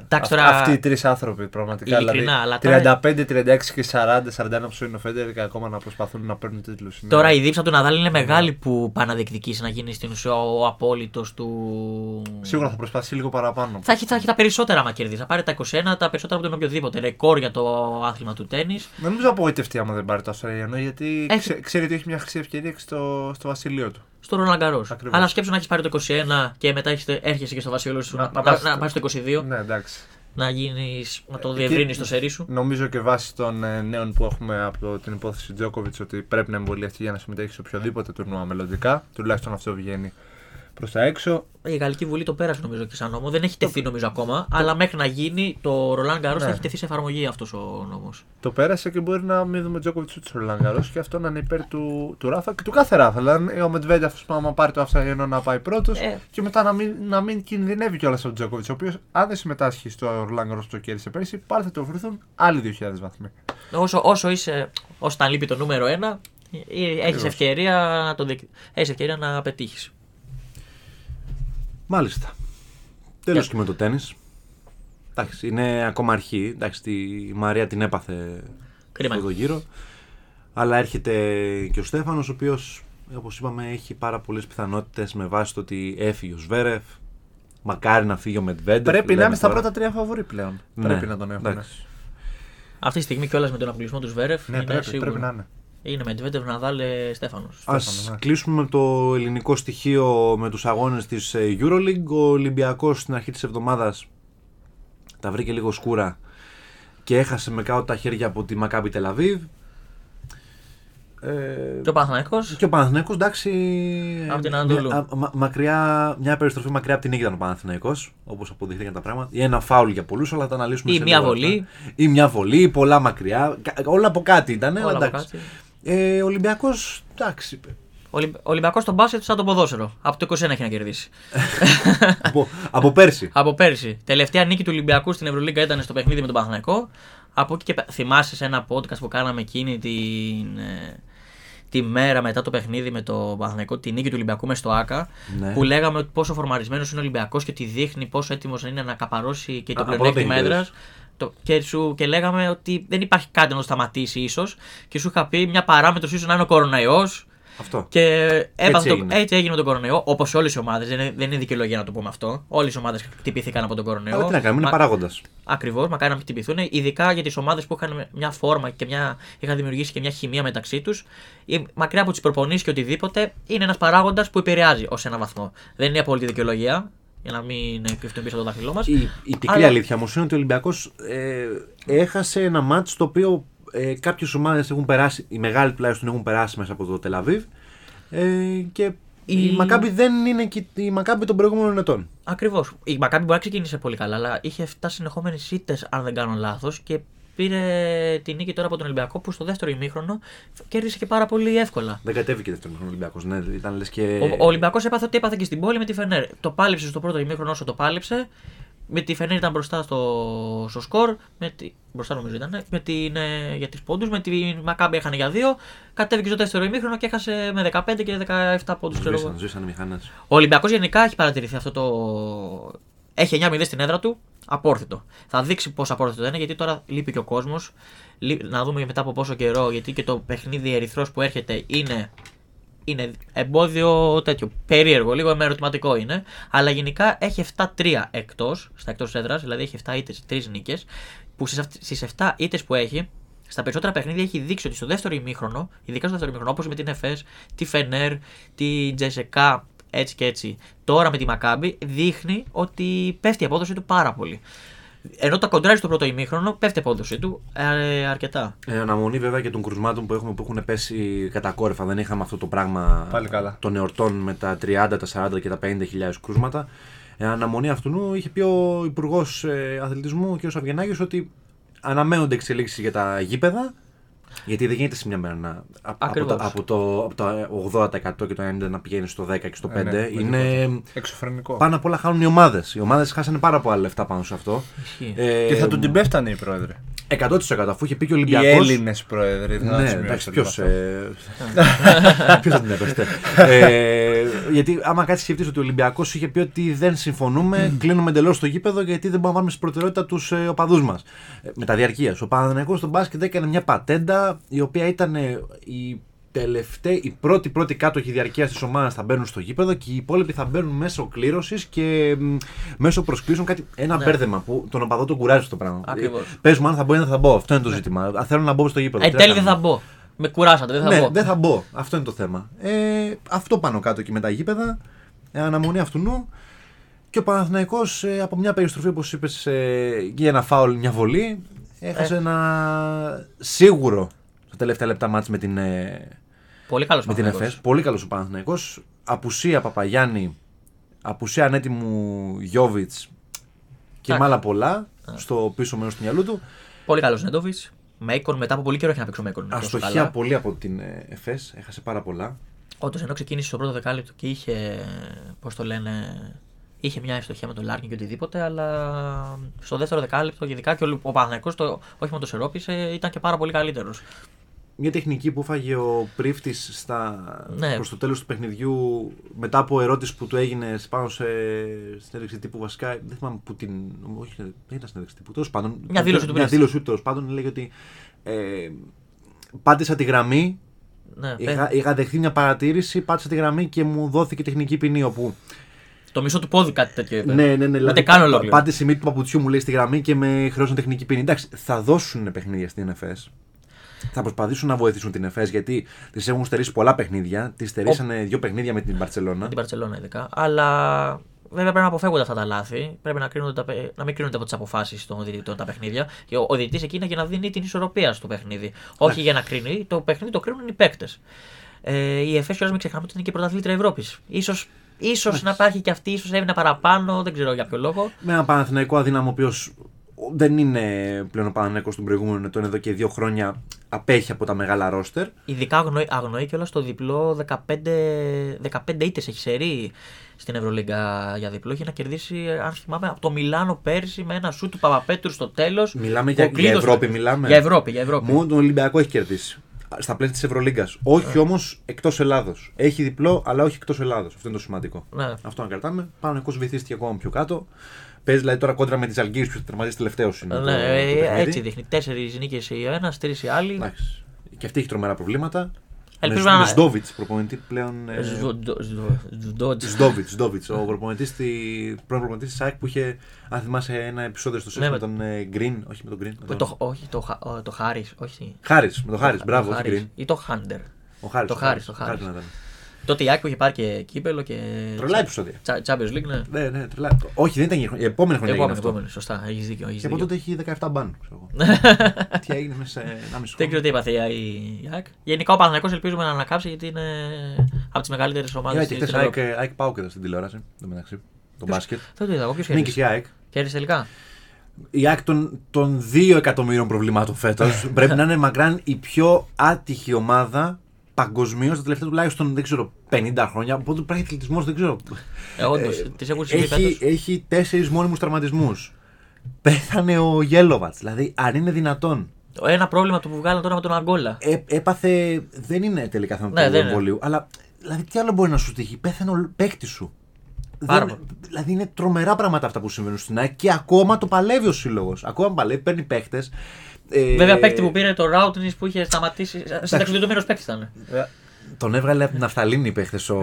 Εντάξει, τώρα- Αυτοί οι τρεις άνθρωποι πραγματικά. Ειλικρινά, αλλά τώρα- δηλαδή, 35, 36 και 40, 41 που σου είναι ο Φέντερ και ακόμα να προσπαθούν να παίρνουν τίτλους. Τώρα η δίψα του Ναδάλ είναι μεγάλη που πάει να διεκδικήσει να γίνει στην ουσία ο απόλυτος του. Σίγουρα θα προσπαθήσει λίγο παραπάνω. Θα έχει, θα έχει τα περισσότερα άμα κερδίσεις. Θα πάρει τα 21, τα περισσότερα από τον οποιοδήποτε. Ρεκόρ για το άθλημα του τέννη. Δεν νομίζω να απογοητευτεί άμα δεν πάρει το Αυστραλιανό γιατί Έχει- ξε- ξέρει ότι έχει μια χρυσή ευκαιρία και στο, στο βασιλείο του. Στο Ρολαγκαρό. Ακριβώς. Αλλά σκέψου να έχεις πάρει το 21 και μετά έχεις- έρχεσαι και στο Βασίλειο σου Να- να, να να, πας- να, πας στο 22, Ναι, εντάξει. να, γίνεις, να το Ε, διευρύνει και- το σερί σου. Νομίζω και βάσει των ε, νέων που έχουμε από το- την υπόθεση Τζόκοβιτ ότι πρέπει να εμβολιαστεί για να συμμετέχει σε οποιοδήποτε τουρνουά μελλοντικά. Τουλάχιστον αυτό βγαίνει προς τα έξω. Η Γαλλική Βουλή το πέρασε νομίζω και σαν νόμο. Δεν έχει τεθεί νομίζω ακόμα. Αλλά μέχρι να γίνει το Ρολάν Γκαρό θα Ναι. έχει τεθεί σε εφαρμογή αυτός ο νόμος. Το πέρασε και μπορεί να μην δούμε Τζόκοβιτ ούτε στο Ρολαγκαρό και αυτό να είναι υπέρ του, του Ράφα και του κάθε Ράφα. Δηλαδή ο Μετβέντε αυτό που άμα πάρει το Αυστραλιανό να πάει πρώτος Ε. και μετά να μην, να μην κινδυνεύει κιόλας ο Τζόκοβιτ. Ο οποίος αν δεν συμμετάσχει στο Ρολαγκαρό που το κέρδισε πέρσι, πάλι θα το βρουν άλλοι 2.000 βαθμοί. Όσο, όσο είσαι, όσο τα λείπει το νούμερο 1, έχει ευκαιρία να, το διεκ- έχεις ευκαιρία να πετύχεις. Μάλιστα. Τέλος και με το τέννη. Εντάξει, είναι ακόμα αρχή. Εντάξει, τη- η Μαρία την έπαθε Κρίμα. αυτό το γύρο. Αλλά έρχεται και ο Στέφανος, ο οποίος, όπως είπαμε, έχει πάρα πολλές πιθανότητες με βάση το ότι έφυγε ο Σβέρεφ. Μακάρι να φύγει ο Μετβέντεφ. Πρέπει να λέμε είναι στα τώρα. πρώτα τρία φαβορή πλέον. Ναι, Πρέπει να τον έχουν. εντάξει. Αυτή τη στιγμή κιόλας με τον αποκλεισμό του Σβέρεφ Ναι, είναι πρέπει, σίγουρο. πρέπει να είναι. Είναι με Ντβέντεβ Ναδάλ ε, Στέφανος. Ας ναι. κλείσουμε με το ελληνικό στοιχείο με τους αγώνες της ε, Euroleague. Ο Ολυμπιακός στην αρχή της εβδομάδας τα βρήκε λίγο σκούρα και έχασε με κάτω τα χέρια από τη Μακάμπη Τελαβίβ. Ε, Και ο Παναθηναϊκός και ο Παναθηναϊκός εντάξει. Απ' την μια- Ανατολού. α, μα- μακριά, μια περιστροφή μακριά από την νίκη ήταν ο Παναθηναϊκός, όπως αποδείχθηκαν τα πράγματα. Ή ένα φάουλ για πολλούς, αλλά θα τα αναλύσουμε Ή σε μια λίγο βολή. αυτά. Ή μια βολή, ή πολλά μακριά. Κα- Όλα από κάτι ήταν, αλλά Όλα από εντάξει. κάτι. Ε, Ολυμπιακός, εντάξει. Ο Ολυμπ- ο Ολυμπιακός στον μπάσκετ σαν το ποδόσφαιρο. Από το 21 έχει να κερδίσει. από, από πέρσι. από πέρσι. Τελευταία νίκη του Ολυμπιακού στην Ευρωλίγκα ήταν στο παιχνίδι με τον Παναθηναϊκό. Από εκεί και πέρα, θυμάσαι σε ένα podcast που κάναμε εκείνη την, ε, τη μέρα μετά το παιχνίδι με τον Παναθηναϊκό, τη νίκη του Ολυμπιακού μες στο ΑΚΑ, Ναι. που λέγαμε ότι πόσο φορμαρισμένος είναι ο Ολυμπιακός και ότι δείχνει πόσο έτοιμος είναι να καπαρώσει και το Α, από πλεονέκτημα τότε έδρα. Και, σου, και λέγαμε ότι δεν υπάρχει κάτι να το σταματήσει ίσως. Και σου είχα πει μια παράμετρος ίσως να είναι ο κοροναϊός Αυτό. και έπαθε το... έγινε. έτσι έγινε με τον κορονοϊό, όπως όλες οι ομάδες. Δεν, είναι- δεν είναι δικαιολογία να το πούμε αυτό. Όλες οι ομάδες χτυπήθηκαν από τον κορονοϊό. Αλλά τι να κάνουμε, είναι παράγοντα. Ακριβώς, μακάρι να μην χτυπηθούν. Ειδικά για τις ομάδες που είχαν μια φόρμα και μια... είχαν δημιουργήσει και μια χημεία μεταξύ τους. Μακριά από τις προπονήσεις και οτιδήποτε, είναι ένας παράγοντας που επηρεάζει ως ένα βαθμό. Δεν είναι απόλυτη δικαιολογία, για να μην ε, κρυφτούμε πίσω από το δάχτυλό μας. Η, η πικρή Αλλά- αλήθεια όμως είναι ότι ο Ολυμπιακός ε, έχασε ένα μάτσο το οποίο ε, κάποιες ομάδες έχουν περάσει, οι μεγάλοι τουλάχιστον έχουν περάσει μέσα από το Τελαβίβ. Ε, και η, Η- Μακάμπη δεν είναι και η Μακάμπη των προηγούμενων ετών. Ακριβώς. Η Μακάμπη μπορεί να ξεκίνησε πολύ καλά, αλλά είχε 7 συνεχόμενες ήττες, αν δεν κάνω λάθος, και πήρε τη νίκη τώρα από τον Ολυμπιακό που στο δεύτερο ημίχρονο κέρδισε και πάρα πολύ εύκολα. Δεν κατέβηκε δεύτερο ο Ολυμπιακός. Ναι, ήταν λες και. Ο, ο Ολυμπιακός έπαθε ό,τι έπαθε και στην πόλη με τη Φενέρ. Το πάλεψε στο πρώτο ημίχρονο όσο το πάλεψε. Με τη Φενέρ ήταν μπροστά στο, στο σκορ. Με τη, μπροστά νομίζω ήταν. Με την, ε, για τις πόντους. Με την Μακάμπη έχανε για δύο. Κατέβηκε στο δεύτερο ημίχρονο και έχασε με 15 και 17 πόντου. Ξέρω εγώ. Ζήσαν, ζήσαν οι μηχανές. Ο Ολυμπιακός γενικά έχει παρατηρηθεί αυτό το. Έχει 9-0 στην έδρα του. Απόρθητο. Θα δείξει πόσο απόρθητο είναι γιατί τώρα λείπει και ο κόσμος. Να δούμε μετά από πόσο καιρό. Γιατί και το παιχνίδι ερυθρός που έρχεται είναι. Είναι εμπόδιο τέτοιο. Περίεργο, λίγο με ερωτηματικό είναι. Αλλά γενικά έχει 7-3 εκτός, στα εκτός έδρας, δηλαδή έχει 7 ήττε, 3 νίκες. Που στις 7 ήττες που έχει, στα περισσότερα παιχνίδια έχει δείξει ότι στο δεύτερο ημίχρονο, ειδικά στο δεύτερο ημίχρονο, όπως με την ΕΦΕΣ, τη Φενέρ, τη Τζεσεκά, έτσι και έτσι, τώρα με τη Μακάμπη, δείχνει ότι πέφτει η απόδοση του πάρα πολύ. Ενώ τα κοντράρει στο πρώτο ημίχρονο, πέφτει η απόδοση του ε, αρκετά. Ε, αναμονή βέβαια και των κρουσμάτων που, έχουμε, που έχουν πέσει κατακόρυφα. Δεν είχαμε αυτό το πράγμα Πάλι καλά. των εορτών με τα 30, τα 40 και τα 50 χιλιάδες κρούσματα. Ε, αναμονή αυτού είχε πει ο Υπουργός Αθλητισμού κ. Αυγενάκης ότι αναμένονται εξελίξεις για τα γήπεδα. Γιατί δεν γίνεται σε μια μέρα να. α- Από, Ακριβώς. τα- από, το, από το 80% και το 90% να πηγαίνεις στο 10% και στο 5%. Ε, ναι, είναι. Εξωφρενικό. Πάνω απ' όλα χάνουν οι ομάδες. Οι ομάδες χάσανε πάρα πολλά λεφτά πάνω σε αυτό. Ισχύει. Ε, Και θα τον την πέφτανε η πρόεδρε. 100% αφού είχε πει και ο Οι Ολυμπιακός. Έλληνες πρόεδροι. θα Ναι, σημειώσω εντάξει, λίγο ποιο. αυτό. Ποιος θα την έπεστε. Ε, γιατί άμα κάτι σκεφτεί ότι ο Ολυμπιακός είχε πει ότι δεν συμφωνούμε, κλείνουμε εντελώς το γήπεδο γιατί δεν μπορούμε να βάλουμε στην προτεραιότητα τους ε, οπαδούς μας. Ε, με τα διαρκείας. Ο Παναδενικό στον μπάσκετ έκανε μια πατέντα η οποία ήταν ε, η τελευταία, η πρώτη πρώτη κάτοχη διαρκείας της ομάδας θα μπαίνουν στο γήπεδο και οι υπόλοιποι θα μπαίνουν μέσω κλήρωσης και μ, μέσω προσκλήσεων. Κάτι, ένα μπέρδεμα που τον οπαδό τον κουράζει αυτό το πράγμα. Ακριβώς. Πες μου αν θα μπω ή δεν θα μπω. Αυτό είναι το ζήτημα. Α, Θέλω να μπω στο γήπεδο. Εν Τι να τέλει Ε, δεν κάνουμε. θα μπω. Με κουράσατε, δεν θα ναι, μπω. δεν θα μπω. Αυτό είναι το θέμα. Ε, αυτό πάνω κάτω και με τα γήπεδα. Ε, αναμονή αυτού. Και ο Παναθηναϊκός ε, από μια περιστροφή, όπως είπες, ε, για ένα φάουλ, μια βολή, έχασε Ε. ένα σίγουρο στα τελευταία λεπτά μάτς με την, ε, Πολύ καλός με την ΕΦΕΣ. Πολύ καλός ο Παναθηναϊκός. Απουσία Παπαγιάννη, απουσία ανέτοιμου Γιώβιτ και Εντάξει. Ναι. με άλλα πολλά στο πίσω μέρος του μυαλού του. Πολύ καλός Νέντοβιτ. Μέικον μετά από πολύ καιρό έχει να παίξει ο Μέικον. Αστοχία πολύ από την ε, ΕΦΕΣ, έχασε πάρα πολλά. Όντως, ενώ ξεκίνησε στο πρώτο δεκάλεπτο και είχε. Πώς το λένε. Είχε μια ευστοχία με τον Λάρκιν και οτιδήποτε, αλλά στο δεύτερο δεκάλεπτο, ειδικά και ο, Λου- ο Παναθηναϊκός το όχι μόνο το σερόπισε, ήταν και πάρα πολύ καλύτερος. μια τεχνική που φάγε ο πρίφτης στα... Ναι. προς το τέλος του παιχνιδιού μετά από ερώτηση που του έγινε σε- πάνω σε συνέντευξη τύπου. Βασικά δεν θυμάμαι που την. Όχι, δεν ήταν συνέντευξη τύπου. Τέλος πάντων. Μια δήλωση του Μια πρίφτη. δήλωση του τέλος πάντων λέγει ότι. Ε, πάτησα τη γραμμή. Ναι, Είχα, είχα δεχθεί μια παρατήρηση, πάτησα τη γραμμή και μου δόθηκε τεχνική ποινή. Όπου Το μισό του πόδι κάτι τέτοιο είπε. ναι, ναι, ναι. δηλαδή, καν ολόκληρο. Πάτησε η μύτη του παπουτσιού μου λέει στη γραμμή και με χρέωσαν τεχνική ποινή. Εντάξει, θα δώσουν παιχνίδια στην ΕΦΕΣ. Θα προσπαθήσουν να βοηθήσουν την ΕΦΕΣ γιατί τη έχουν στερήσει πολλά παιχνίδια. Τη στερήσανε δύο παιχνίδια με την Παρσελώνα. Την Παρσελόνα ειδικά. Αλλά Βέβαια πρέπει να αποφεύγονται αυτά τα λάθη. Πρέπει να, κρίνονται τα, παι- να μην κρίνονται από τις αποφάσεις των διαιτητών τα παιχνίδια. Και ο, ο διαιτητής εκεί είναι για να δίνει την ισορροπία στο παιχνίδι. Όχι για να κρίνει. Το παιχνίδι το κρίνουν οι παίκτες. Ε, η ΕΦΕΣ κιόλας μην ξεχνάμε ότι είναι και πρωταθλήτρια Ευρώπης. ίσως ίσως να υπάρχει και αυτή, ίσως έβγαινε παραπάνω, δεν ξέρω για ποιο λόγο. Με έναν Παναθηναϊκό αδύναμο, ο οποίος δεν είναι πλέον ο Παναθηναϊκός του προηγούμενου ετών, εδώ και δύο χρόνια απέχει από τα μεγάλα ρόστερ. Ειδικά αγνοεί, αγνοεί και όλα στο διπλό 15, 15 ήττες έχει σερή στην Ευρωλίγκα για διπλό. Είχε να κερδίσει, αν θυμάμαι, από το Μιλάνο πέρσι με ένα σου του Παπαπέτρου στο τέλος. Μιλάμε για, για Ευρώπη, μιλάμε. Για Ευρώπη, για Ευρώπη. Μόνο τον Ολυμπιακό έχει κερδίσει. Στα πλαίσια της Ευρωλίγκας. Όχι όμως εκτός Ελλάδος. Έχει διπλό, αλλά όχι εκτός Ελλάδος. Αυτό είναι το σημαντικό. Ναι. Αυτό να κρατάμε. Πάνω ο βυθίστηκε ακόμα πιο κάτω. Παίζει δηλαδή τώρα κόντρα με τις Αλγύρε που τερματίζει τελευταίος. Είναι το- ναι, το ε, παιχνίδι. έτσι δείχνει. Τέσσερις νίκες η ένας, τρεις οι άλλοι. Εντάξει. Και αυτή έχει τρομερά προβλήματα. Ελπίζω με, να- με Σντόβιτ προπονητή πλέον. ε, Σδο- σδο- σδο- Σντόβιτ, Σντόβιτ. Ο προπονητής πρώην προπονητής της ΣΑΕΚ που είχε, αν θυμάσαι, ένα επεισόδιο στο σεφ Ναι, με με- τον ε, Green. Όχι με τον Green. με τον- Το- Όχι, το, Χα- ο, το Χάρις. Όχι. Χάρη, με τον Χάρη. Το Μπράβο, όχι Χάρις Green. Ή το Χάντερ. Ο Χάρη. Το Χάρης, το Χάρης. Τότε η Άκη που είχε πάρει και κύπελο και. Τρελά επεισόδια. Τσα- Champions League, ναι. Ναι, ναι, τρελά. Όχι, δεν ήταν η χρονιά. Η επόμενη χρονιά. έγινε Επόμενη, αυτό. Λοιπόν, επόμενη, σωστά. Έχεις δίκιο. έχεις Και από δίκιο. τότε έχει 17 μπαν. ξέρω εγώ. Τι έγινε μέσα σε 1,5 χρόνο. Ναι. Δεν ξέρω τι έπαθε η η ΑΕΚ. Γενικά ο Παναθηναϊκός ελπίζουμε να ανακάψει γιατί είναι από τις μεγαλύτερες ομάδες Είδα Ε, και τη χθε Ευρώπη. ΑΕΚ ΑΕΚ Πάουκ εδώ στην τηλεόραση. Το μεταξύ. Το μπάσκετ. Δεν το είδα. Νίκησε Ποιο χαίρεσε. η ΑΕΚ. Χαίρεσε τελικά. Η ΑΕΚ των, των 2 εκατομμύριων προβλημάτων φέτος πρέπει να είναι μακράν η πιο άτυχη ομάδα παγκοσμίως τα τελευταία τουλάχιστον δεν ξέρω 50 χρόνια. Οπότε υπάρχει αθλητισμός, δεν ξέρω. Ε, Όντω, τη έχουν συμβεί Έχει, φέτος. έχει τέσσερις μόνιμους τραυματισμούς. Πέθανε ο Γέλοβατ. Δηλαδή, αν είναι δυνατόν. Ένα πρόβλημα του που βγάλαν τώρα με τον Αγκόλα. Ε, έπαθε. Δεν είναι τελικά θέμα Ναι, του δεν είναι. εμβολίου. Αλλά δηλαδή, τι άλλο μπορεί να σου τύχει. Πέθανε ο παίκτης σου. Πάρα Δεν- πολύ. δηλαδή είναι τρομερά πράγματα αυτά που συμβαίνουν στην ΑΕΚ και ακόμα το παλεύει ο σύλλογος. Ακόμα παλεύει, παίρνει Ε, παίκτε. Βέβαια, παίκτη που πήρε το Ράουτινι που είχε Ε, σταματήσει. Συνταξιδοτημένο παίκτης ήταν. Τον έβγαλε από την Αφθαλήνη παίχτες ο,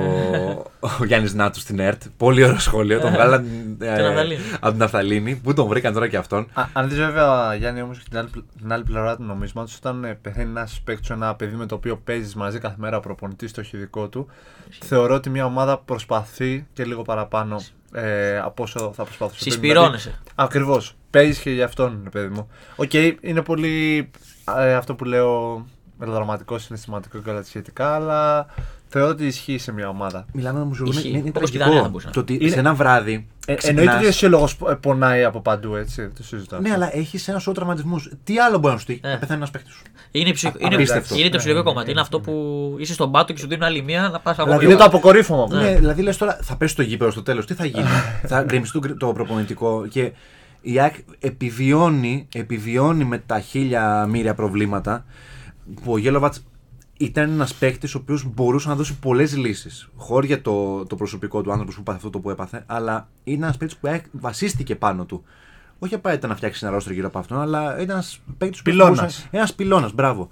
ο Γιάννη Νάτου στην ΕΡΤ. Πολύ ωραίο σχόλιο. Τον βγάλε από την- ε, Αφθαλήνη. από την Αφθαλήνη. Πού τον βρήκαν τώρα και αυτόν. Α- Αν δεις βέβαια, Γιάννη, όμως και την άλλη, πλε- την άλλη πλευρά του νομίσματο, όταν ε, πεθαίνει ένας παίκτης, ένα παιδί με το οποίο παίζεις μαζί κάθε μέρα προπονητή στο χειδικό του, θεωρώ ότι μια ομάδα προσπαθεί και λίγο παραπάνω ε, από όσο θα προσπαθούσε. Συσπυρώνεσαι. Ακριβώς. Παίζεις και για αυτόν, ρε παιδί μου. Οκ, είναι πολύ ε, αυτό που λέω μελοδραματικός, συναισθηματικό και όλα τα σχετικά, αλλά θεωρώ ότι ισχύει σε μια ομάδα. Μιλάμε όμω για Ισχύει. είναι, είναι Όπως και η τραγικό Δανία θα μπορούσε να Το ότι είναι. σε ένα βράδυ. Ε, εννοείται ξυπνάς- ότι ο σύλλογο πονάει από παντού, έτσι. Το συζητάμε. Ναι, αλλά έχεις ένα σώμα τραυματισμούς. Τι άλλο μπορεί να σου τύχει. Ε. Να πεθάνει ένας παίχτη σου. Είναι, ψυχ... είναι, απίστευτο. Ναι, είναι το ψυχικό κομμάτι. Είναι αυτό που είσαι στον πάτο και σου δίνουν άλλη μία να πας Δηλαδή, ακόμα Είναι πιο το κάτω. αποκορύφωμα μου. Ναι, δηλαδή λες τώρα θα πέσει το γήπεδο στο τέλος. Τι θα γίνει. θα γκρεμιστεί το- το προπονητικό. Και η ΑΕΚ επιβιώνει, επιβιώνει με τα χίλια μοίρια προβλήματα που ο Γέλοβατ ήταν ένας παίκτης ο οποίος μπορούσε να δώσει πολλές λύσεις. Χώρια το, το προσωπικό του άνθρωπος που έπαθε αυτό το που έπαθε, αλλά είναι ένας παίκτης που η ΑΕΚ βασίστηκε πάνω του. Όχι απαραίτητα να φτιάξει ένα ρόστρο γύρω από αυτόν, αλλά ήταν ένας παίκτης Πυλώνας. Ένας πυλώνας, μπράβο.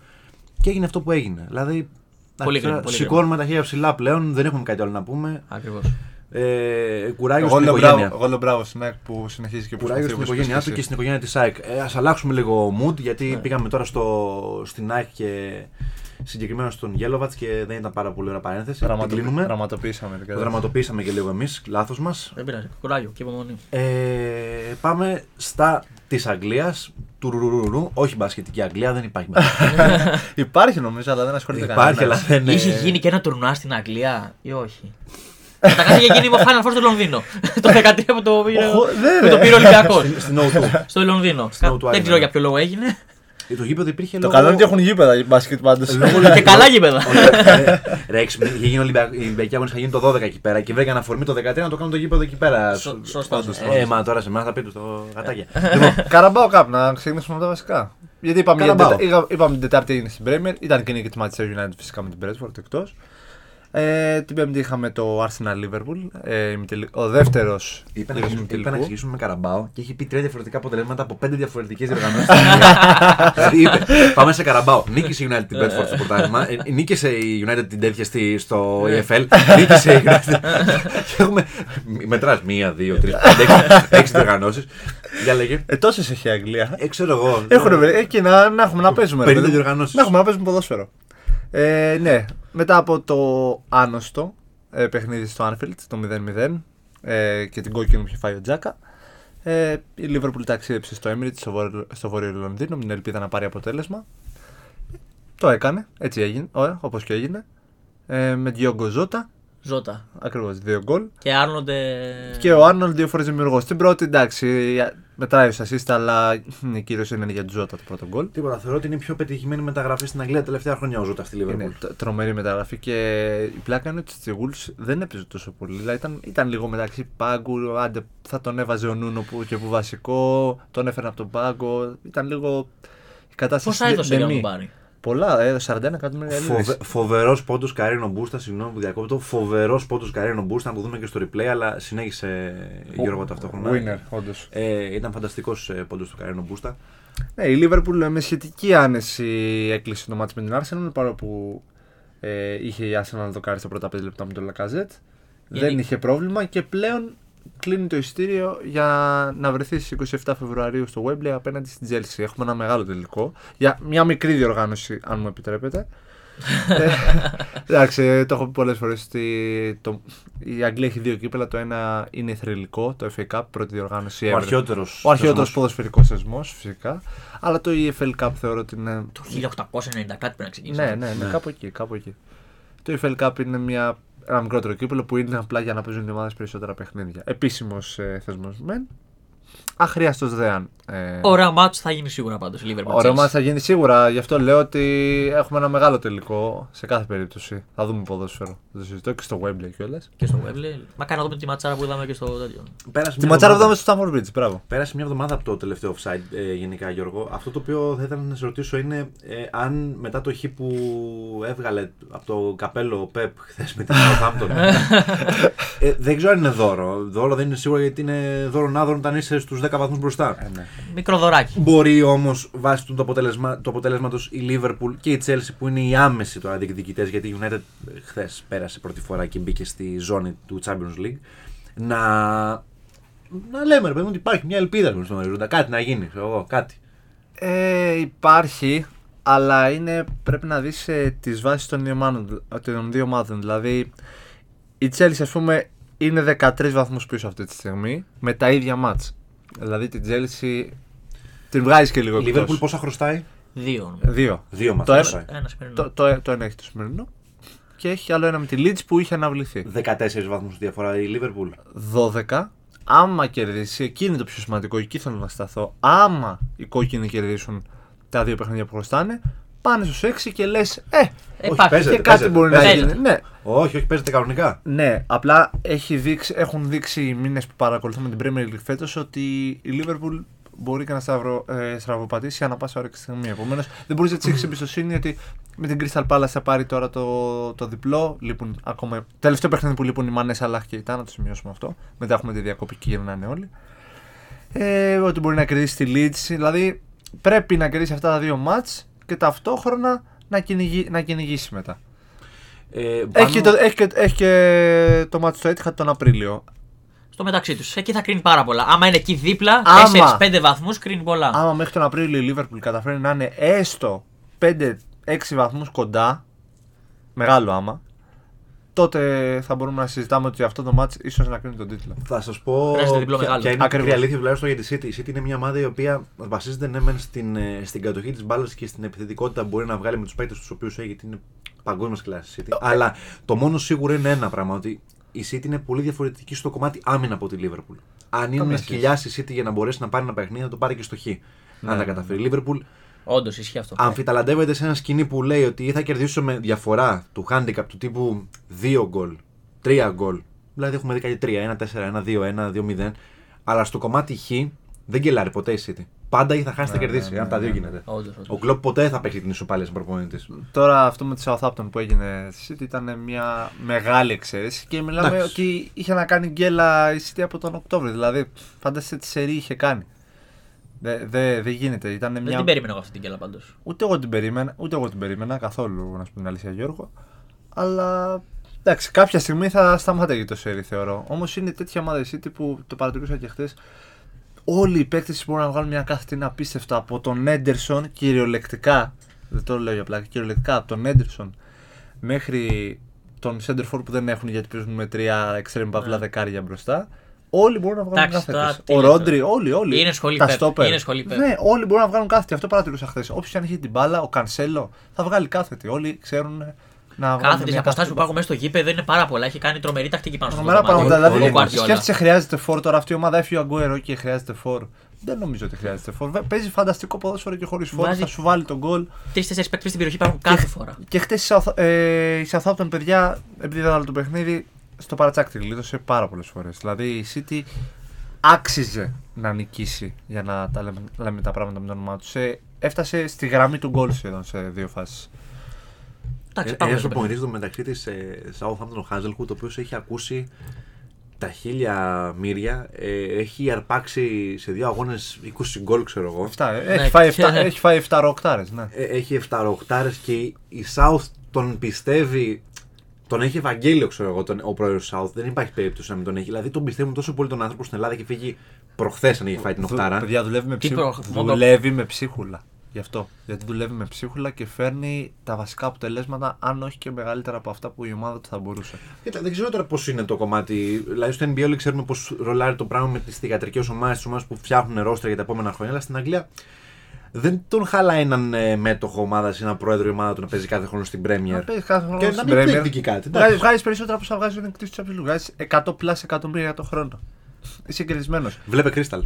Και έγινε αυτό που έγινε. Δηλαδή, Πολύ τώρα κρίμα, πολύ σηκώνουμε τα χέρια ψηλά πλέον, δεν έχουμε κάτι άλλο να πούμε. Ακριβώς. Ε, κουράγιος Εγώ στην λέω μπράβο, οικογένεια. εγώ λέω μπράβο στην ΑΕΚ που συνεχίζει και Κουράγιος προσπαθεί στην όπως οικογένειά είπες του και και εσύ. στην οικογένεια της ΑΕΚ. Ε, Ας αλλάξουμε λίγο mood, γιατί Ναι. πήγαμε τώρα στο, στην ΑΕΚ και συγκεκριμένα στον Γέλοβατ και δεν ήταν πάρα πολύ ωραία παρένθεση. Την Δραματοποιη- κλείνουμε. Δραματοποιήσαμε. την Το κατάσταση. δραματοποιήσαμε και λίγο εμείς, λάθος μας. Δεν πειράζει. Κουράγιο και υπομονή. Ε, πάμε στα της Αγγλίας. Του ρουρουρουρου. Όχι μπασκετική Αγγλία, δεν υπάρχει. μπασκετική. Υπάρχει νομίζω, αλλά δεν ασχολείται κανένα. υπάρχει, αλλά δεν Ναι. Είχε γίνει και ένα τουρνουά στην Αγγλία ή όχι. Κατά κάτι είχε γίνει με Final Four στο Λονδίνο. το 13 που το πήρε, Οχο, δεν που το ρε. πήρε ο Ολυμπιακός. Στην O2. στο Λονδίνο. Στην O2 δεν Arena. ξέρω ναι. για ποιο λόγο έγινε. Ε, Το γήπεδο υπήρχε Το λόγω. καλό είναι ότι έχουν γήπεδα οι μπάσκετ πάντως. και καλά γήπεδα. Ε, Ρε, έξυπνη, είχε γίνει Ολυμπιακ- η Ολυμπιακή Αγωνία, θα γίνει το 12 εκεί πέρα και βρήκαν αφορμή το 13 να το κάνουν το γήπεδο εκεί πέρα. Σω- σωστό, Όντως, σωστό. Ε, μα τώρα σε εμάς θα πείτε το γατάκια. Λοιπόν, Καραμπάω κάπου να ξεκινήσουμε από τα βασικά. Γιατί είπαμε, για την Καραμπάο. Τετα- είχα- είπαμε την Τετάρτη έγινε στην Bremen, ήταν και η νίκη της Manchester United φυσικά με την Brentford εκτός. Ε, την Πέμπτη είχαμε το Arsenal Liverpool, ε, ημιτελ- ο δεύτερος Είπε να ξεκινήσουμε- είπε να ξεκινήσουμε με Καραμπάο και έχει πει τρία διαφορετικά αποτελέσματα από πέντε διαφορετικές διοργανώσεις. δηλαδή είπε, πάμε σε Καραμπάο. Νίκησε η United την Bedford στο πρωτάθλημα. ε, Νίκησε η United την τέτοια στη- στο EFL. Νίκησε η United. και έχουμε. Μετράς μία, δύο, τρεις, πέντε, έξι- έξι διοργανώσεις. Για λέγε. Ε, τόσες έχει η Αγγλία. Ε, ξέρω εγώ. Έχουν βρει. ε, και να, να έχουμε να παίζουμε. ρε 50 παιδί μου. διοργανώσεις. Να έχουμε να παίζουμε ποδόσφαιρο. Ε, ναι, μετά από το άνοστο ε, παιχνίδι στο Anfield, το 0-0, ε, και την κόκκινη που είχε φάει ο Τζάκα. Ε, η Λίβερπουλ ταξίδεψε στο Emirates, στο, βορ... στο βόρειο Λονδίνο, με την ελπίδα να πάρει αποτέλεσμα. Το έκανε, έτσι έγινε, ωραία, όπως και έγινε. Ε, με Diogo Ζώτα, Ζώτα. ακριβώς δύο γκολ. Και άρνονται. Και ο Άρνολντ δύο φορές δημιουργός. Στην πρώτη, εντάξει, μετράει ο assist, αλλά κυρίω είναι για του Ζώτα το πρώτο γκολ. Τίποτα. Θεωρώ ότι είναι η πιο πετυχημένη μεταγραφή στην Αγγλία τα τελευταία χρόνια ο Ζούτα αυτή η Λίβερπουλ. Είναι τ- τρομερή μεταγραφή και η πλάκα είναι ότι στη Wolves δεν έπαιζε τόσο πολύ. Δηλαδή ήταν, ήταν λίγο μεταξύ πάγκου, άντε θα τον έβαζε ο Νούνο που, και που βασικό, τον έφερνε από τον πάγκο. Ήταν λίγο η κατάσταση. Πόσα δε- έδωσε για να δεμή. τον πάρει. Πολλά, έδωσε 41 εκατομμύρια Φοβε, Φοβε... φοβερός πόντος Καρίνο Μπούστα, συγγνώμη που διακόπτω. Φοβερός πόντος Καρίνο Μπούστα, να το δούμε και στο replay, αλλά συνέχισε Γιώργο ταυτόχρονα. όντως. Ε, ήταν φανταστικός πόντος του Καρίνο Μπούστα. Ναι, η Λίβερπουλ με σχετική άνεση έκλεισε το μάτς με την Arsenal παρόλο που ε, είχε η Arsenal να δοκάρει στα πρώτα 5 λεπτά με τον Λακαζέτ. Γενικά. Δεν είχε πρόβλημα και πλέον κλείνει το ειστήριο για να βρεθεί στις 27 Φεβρουαρίου στο Wembley απέναντι στην Chelsea. Έχουμε ένα μεγάλο τελικό για μια μικρή διοργάνωση αν μου επιτρέπετε. Ε, Εντάξει, ε, το έχω πει πολλές φορές ότι το, η Αγγλία έχει δύο κύπελα. Το ένα είναι θρηλυκό, το FA Cup, πρώτη διοργάνωση Ο ever. αρχαιότερος. Ο αρχαιότερος ποδοσφαιρικός θεσμός, φυσικά. Αλλά το EFL Cup θεωρώ ότι είναι. Το 1890 κάτι πρέπει να ξεκινήσει. Ναι, ναι, ναι, κάπου εκεί, κάπου εκεί. Το EFL Cup είναι μια, ένα μικρότερο κύπελο που είναι απλά για να παίζουν οι ομάδες περισσότερα παιχνίδια. Επίσημος ε, θεσμός μεν. Αχρίαστο δέαν. Ε, Ωραία μάτσο θα γίνει σίγουρα πάντως η Liverpool. Ωραίο Chelsea. μάτς θα γίνει σίγουρα. Γι' αυτό λέω ότι έχουμε ένα μεγάλο τελικό σε κάθε περίπτωση. Θα δούμε ποδόσφαιρο. Θα το συζητώ και στο Wembley κιόλας. Και στο Wembley. Μακάρι να δούμε τη ματσάρα που είδαμε και στο τέτοιο. Πέρασε Τη μια ματσάρα που εβδομάδα- είδαμε στο Stamford Bridge. Μπράβο. Πέρασε μια εβδομάδα από το τελευταίο offside ε, γενικά Γιώργο. Αυτό το οποίο θα ήθελα να σε ρωτήσω είναι ε, αν μετά το χ που έβγαλε από το καπέλο ο Πεπ χθες με την Southampton. ε, δεν ξέρω αν είναι δώρο. Δώρο δεν είναι σίγουρο γιατί είναι δώρο άδωρο όταν είσαι στους 10 βαθμούς μπροστά. Μικρό δωράκι. αποτέλεσμα Μπορεί όμως βάσει του, το αποτέλεσμα, του αποτελέσματο η Liverpool και η Chelsea που είναι οι άμεσοι τώρα διεκδικητές γιατί η United χθες πέρασε πρώτη φορά και μπήκε στη ζώνη του Champions League. Να, να λέμε ρε παιδί μου ότι υπάρχει μια ελπίδα ρε παιδί μου, στον ορίζοντα. Κάτι να γίνει, ξέρω εγώ, κάτι. Ε, υπάρχει, αλλά είναι, πρέπει να δεις ε, τις βάσεις των δύο, ομάδων, των δύο ομάδων. Δηλαδή, η Chelsea ας πούμε είναι 13 βαθμούς πίσω αυτή τη στιγμή με τα ίδια μάτς. Δηλαδή την Chelsea την βγάζεις και λίγο Η Liverpool εκτός. πόσα χρωστάει, Δύο. Δύο. Δύο ναι, μα Το ένα- χρωστάει. Ένα σημερινό. Ε, Το, το, το ένα έχει το σημερινό και έχει άλλο ένα με τη Leeds που είχε αναβληθεί. 14 βαθμούς διαφορά η Liverpool. 12. Άμα κερδίσει, εκεί είναι το πιο σημαντικό, εκεί θέλω να σταθώ. Άμα οι κόκκινοι κερδίσουν τα δύο παιχνίδια που χρωστάνε, πάνε στους 6 και λες, ε, Ε, Όχι, υπάρχει. παίζεται, και κάτι παίζεται, μπορεί παίζεται. να γίνει. Ναι, Όχι, όχι, παίζεται κανονικά. ναι, απλά έχει δείξει, έχουν δείξει οι μήνες που παρακολουθούμε την Premier League φέτος ότι η Liverpool μπορεί και να σταυρο, ε, στραβοπατήσει ανά πάσα ώρα και στιγμή. Επομένως, δεν μπορείς να της έχεις εμπιστοσύνη ότι με την Crystal Palace θα πάρει τώρα το, το διπλό. Λείπουν ακόμα. Τελευταίο παιχνίδι που λείπουν οι Μάνες Αλάχ και η Τάνα, να το σημειώσουμε αυτό. Μετά έχουμε τη διακοπή και γυρνάνε όλοι. Ε, ότι μπορεί να κερδίσει τη Leeds. Δηλαδή, πρέπει να κερδίσει αυτά τα δύο μάτς και ταυτόχρονα να, κυνηγεί- να κυνηγήσει μετά. Ε, πάνω- Έχει, και το, έχει, και, έχει και το μάτι στο Etihad τον Απρίλιο. Στο μεταξύ τους. Εκεί θα κρίνει πάρα πολλά. Άμα είναι εκεί δίπλα, Άμα. 4-5 βαθμούς κρίνει πολλά. Άμα μέχρι τον Απρίλιο η Liverpool καταφέρει να είναι έστω 5-6 βαθμούς κοντά, μεγάλο άμα, τότε θα μπορούμε να συζητάμε ότι αυτό το μάτς ίσως να κρίνει τον τίτλο. Θα σας πω. Χρειάζεται διπλό ποια- μεγάλο. ποια είναι η Ακριβώς. μικρή αλήθεια τουλάχιστον για τη City. Η City είναι μια ομάδα η οποία βασίζεται ναι, μεν στην, ε, στην κατοχή της μπάλας και στην επιθετικότητα που μπορεί να βγάλει με τους παίκτες τους οποίους έχει, γιατί είναι παγκόσμιας κλάση η City. Αλλά το μόνο σίγουρο είναι ένα πράγμα, ότι η City είναι πολύ διαφορετική στο κομμάτι άμυνα από τη Liverpool. Αν είναι να σχέση. σκυλιάσει η City για να μπορέσει να πάρει ένα παιχνίδι, να το πάρει και στο χ. Αν τα καταφέρει. Η Liverpool Όντως ισχύει αυτό. αμφιταλαντεύεται σε ένα σκηνή που λέει ότι ή θα κερδίσω με διαφορά του handicap του τύπου 2 γκολ, 3 γκολ. Δηλαδή έχουμε δει κάτι 3, 1, 4, 1, 2, 1, 2, 0. Αλλά στο κομμάτι χ δεν κελάρει ποτέ η City. Πάντα ή θα χάσει, θα Ναι, κερδίσει. Αν τα δύο γίνεται. Όντως, όντως. Ο Κλοπ ποτέ θα παίξει την ισοπαλία σαν προπονητή. Τώρα αυτό με τη Southampton που έγινε στη City ήταν μια μεγάλη εξαίρεση και μιλάμε Εντάξει. ότι είχε να κάνει γκέλα η City από τον Οκτώβριο. Δηλαδή, φάντασε τι σερή είχε κάνει. Δε- δε- Δεν γίνεται. Ήταν μια... Δεν την περίμενα εγώ αυτή την κέλα πάντως. Ούτε εγώ την περίμενα, ούτε εγώ την περίμενα καθόλου, να σου πω την αλήθεια, Γιώργο. Αλλά εντάξει, κάποια στιγμή θα σταμάταγε το σερι, θεωρώ. Όμως είναι τέτοια ομάδα η City που το παρατηρούσα και χθες. Όλοι οι παίκτες μπορούν να βγάλουν μια κάθετη είναι απίστευτα από τον Έντερσον κυριολεκτικά. Δεν το λέω για πλάκα, κυριολεκτικά από τον Έντερσον μέχρι των Σέντερφορ που δεν έχουν γιατί παίζουν με τρία εξτρέμ παύλα δεκάρια μπροστά. Όλοι μπορούν να βγάλουν Ναι. Εντάξει, κάθε τώρα τους. τι Ο λες τώρα. Ρόντρι, όλοι, όλοι. Είναι σχολή Τα Pep, στόπερ. είναι σχολή Pep. Ναι, όλοι μπορούν να βγάλουν κάθε τι. Αυτό παρατηρούσα χθες. Όποιος και αν έχει την μπάλα, ο Κανσέλο θα βγάλει κάθε τι. Όλοι ξέρουν να βγάλουν. Κάθε τι μια αποστάσεις που κάθε υπάρχουν μέσα στο γήπεδο είναι πάρα πολλά. Έχει κάνει τρομερή τακτική πάνω στο Τρομερά δωμάτιο. πράγματα. όλοι, Δηλαδή, όλοι, Ο Guardiola. σκέφτεσαι χρειάζεται φόρ τώρα αυτή η ομάδα. Έφυγε ο Αγκουέρο και χρειάζεται φόρ. Δεν νομίζω ότι χρειάζεται φόρ. Βε- Παίζει φανταστικό ποδόσφαιρο και χωρίς φόρ. Βάζει- Θα σου βάλει τον γκολ. Τρει-τέσσερι παίκτες στην περιοχή υπάρχουν κάθε φορά. Και χτες η Southa- ε, η Southampton, παιδιά, επειδή δεν άλλο το παιχνίδι, στο παρατσάκτη γλίτωσε πάρα πολλές φορές. Δηλαδή η City άξιζε να νικήσει για να τα λέμε, λέμε τα πράγματα με το όνομά τους. Ε, έφτασε στη γραμμή του γκολ σχεδόν σε δύο φάσεις. Εντάξει, πάμε. Ένα στο παιχνίδι. προπονητή Ε, του μεταξύ της Southampton Hazelwood, ο οποίος έχει ακούσει τα χίλια μύρια, ε, έχει αρπάξει σε δύο αγώνες 20 γκολ, ξέρω εγώ. Έχει, φάει Ναι, και- εφτά- έχει φάει 7 ροκτάρες. Ναι. Ε, Έχει 7 οχτάρες και η South τον πιστεύει. Τον έχει Ευαγγέλιο, ξέρω εγώ, τον, ο πρόεδρος South. Δεν υπάρχει περίπτωση να μην τον έχει. Δηλαδή τον πιστεύουν τόσο πολύ τον άνθρωπο στην Ελλάδα και φύγει προχθές αν είχε φάει την Δου- οχτάρα. Παιδιά, δουλεύει με, Τι ψυχ... προ- μόνο- δουλεύει με ψίχουλα. Γι' αυτό. Γιατί δουλεύει με ψίχουλα και φέρνει τα βασικά αποτελέσματα, αν όχι και μεγαλύτερα από αυτά που η ομάδα του θα μπορούσε. Κοίτα, δεν ξέρω τώρα πώς είναι το κομμάτι. Δηλαδή, στο NBA όλοι ξέρουμε πώς ρολάρει το πράγμα με τις ιατρικέ ομάδες, τις ομάδες που φτιάχνουν ρόστρα για τα επόμενα χρόνια. Αλλά στην Αγγλία δεν τον χαλάει έναν ε, μέτοχο ομάδας ή έναν πρόεδρο η ομάδα του να παίζει κάθε χρόνο στην Premier. Να παίζει κάθε χρόνο Και να στην μην Premier. εκδικεί κάτι, εντάξει. Βγάζει, βγάζεις περισσότερα από όσα βγάζει ο νικητής του Champions League. Βγάζει 100 πλάσια εκατομμύρια το χρόνο. Είσαι κερδισμένο. Βλέπε Crystal.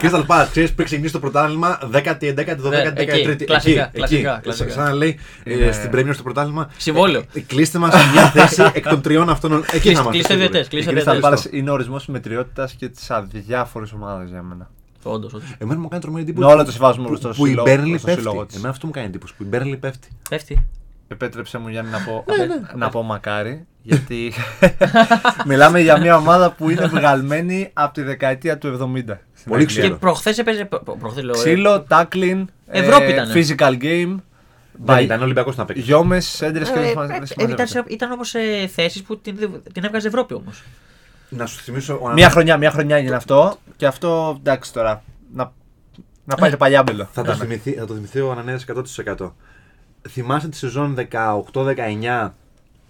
Crystal Palace, ξέρει πριν ξεκινήσει το πρωτάθλημα, 10η, 11η, 12η, Ναι, εκεί, 13η. κλασικά, κλασικά, κλασικά. Σαν να λέει ε, Είναι- στην Premier στο πρωτάθλημα. Συμβόλαιο. ε, Κλείστε μας μια θέση εκ των τριών αυτών. Ε, Εκεί θα Κλείστε- είμαστε. κλείστε σίγουροι. διαιτές, κλείστε Η Crystal διαιτές. Κρίσταλ Palace- Πάλα είναι ο ορισμός μετριότητας και της αδιάφορης ομάδας για μένα. Όντως, όντως. Εμένα μου κάνει τρομερή εντύπωση. Ναι, όλα τα συμβάζουμε που- στο Που η σύλλογο- Μπέρνλι στο πέφτει. σύλλογο της. Εμένα αυτό μου κάνει εντύπωση. Που η Μπέρνλι πέφτει. Πέφτει. Επέτρεψε μου Γιάννη να πω, Ναι, να πω μακάρι, γιατί μιλάμε για μια ομάδα που είναι βγαλμένη από τη δεκαετία του 70. στην Πολύ Αγγλία. Ξέρω. Και προχθές έπαιζε. προ- προ- προχθές λέω, ε, Ξύλο, τάκλιν, Ευρώπη ήτανε. physical game, Δεν ήταν Ολυμπιακό Δηλαδή, να παίξει. γιόμε, έντρες και ε, δεν ε, σημα- δεν ε, Ήταν, συμμαζεύεται. σε- ήταν όμως σε θέσεις που την, την έβγαζε Ευρώπη όμως. Να σου θυμίσω. ο Μια Ανά- χρονιά, μια χρονιά έγινε αυτό. Και αυτό εντάξει τώρα. Να, να πάει το παλιάμπελο. Θα το, θυμηθεί, θα το θυμηθεί ο Ανανέας 100%. Θυμάστε τη σεζόν 18-19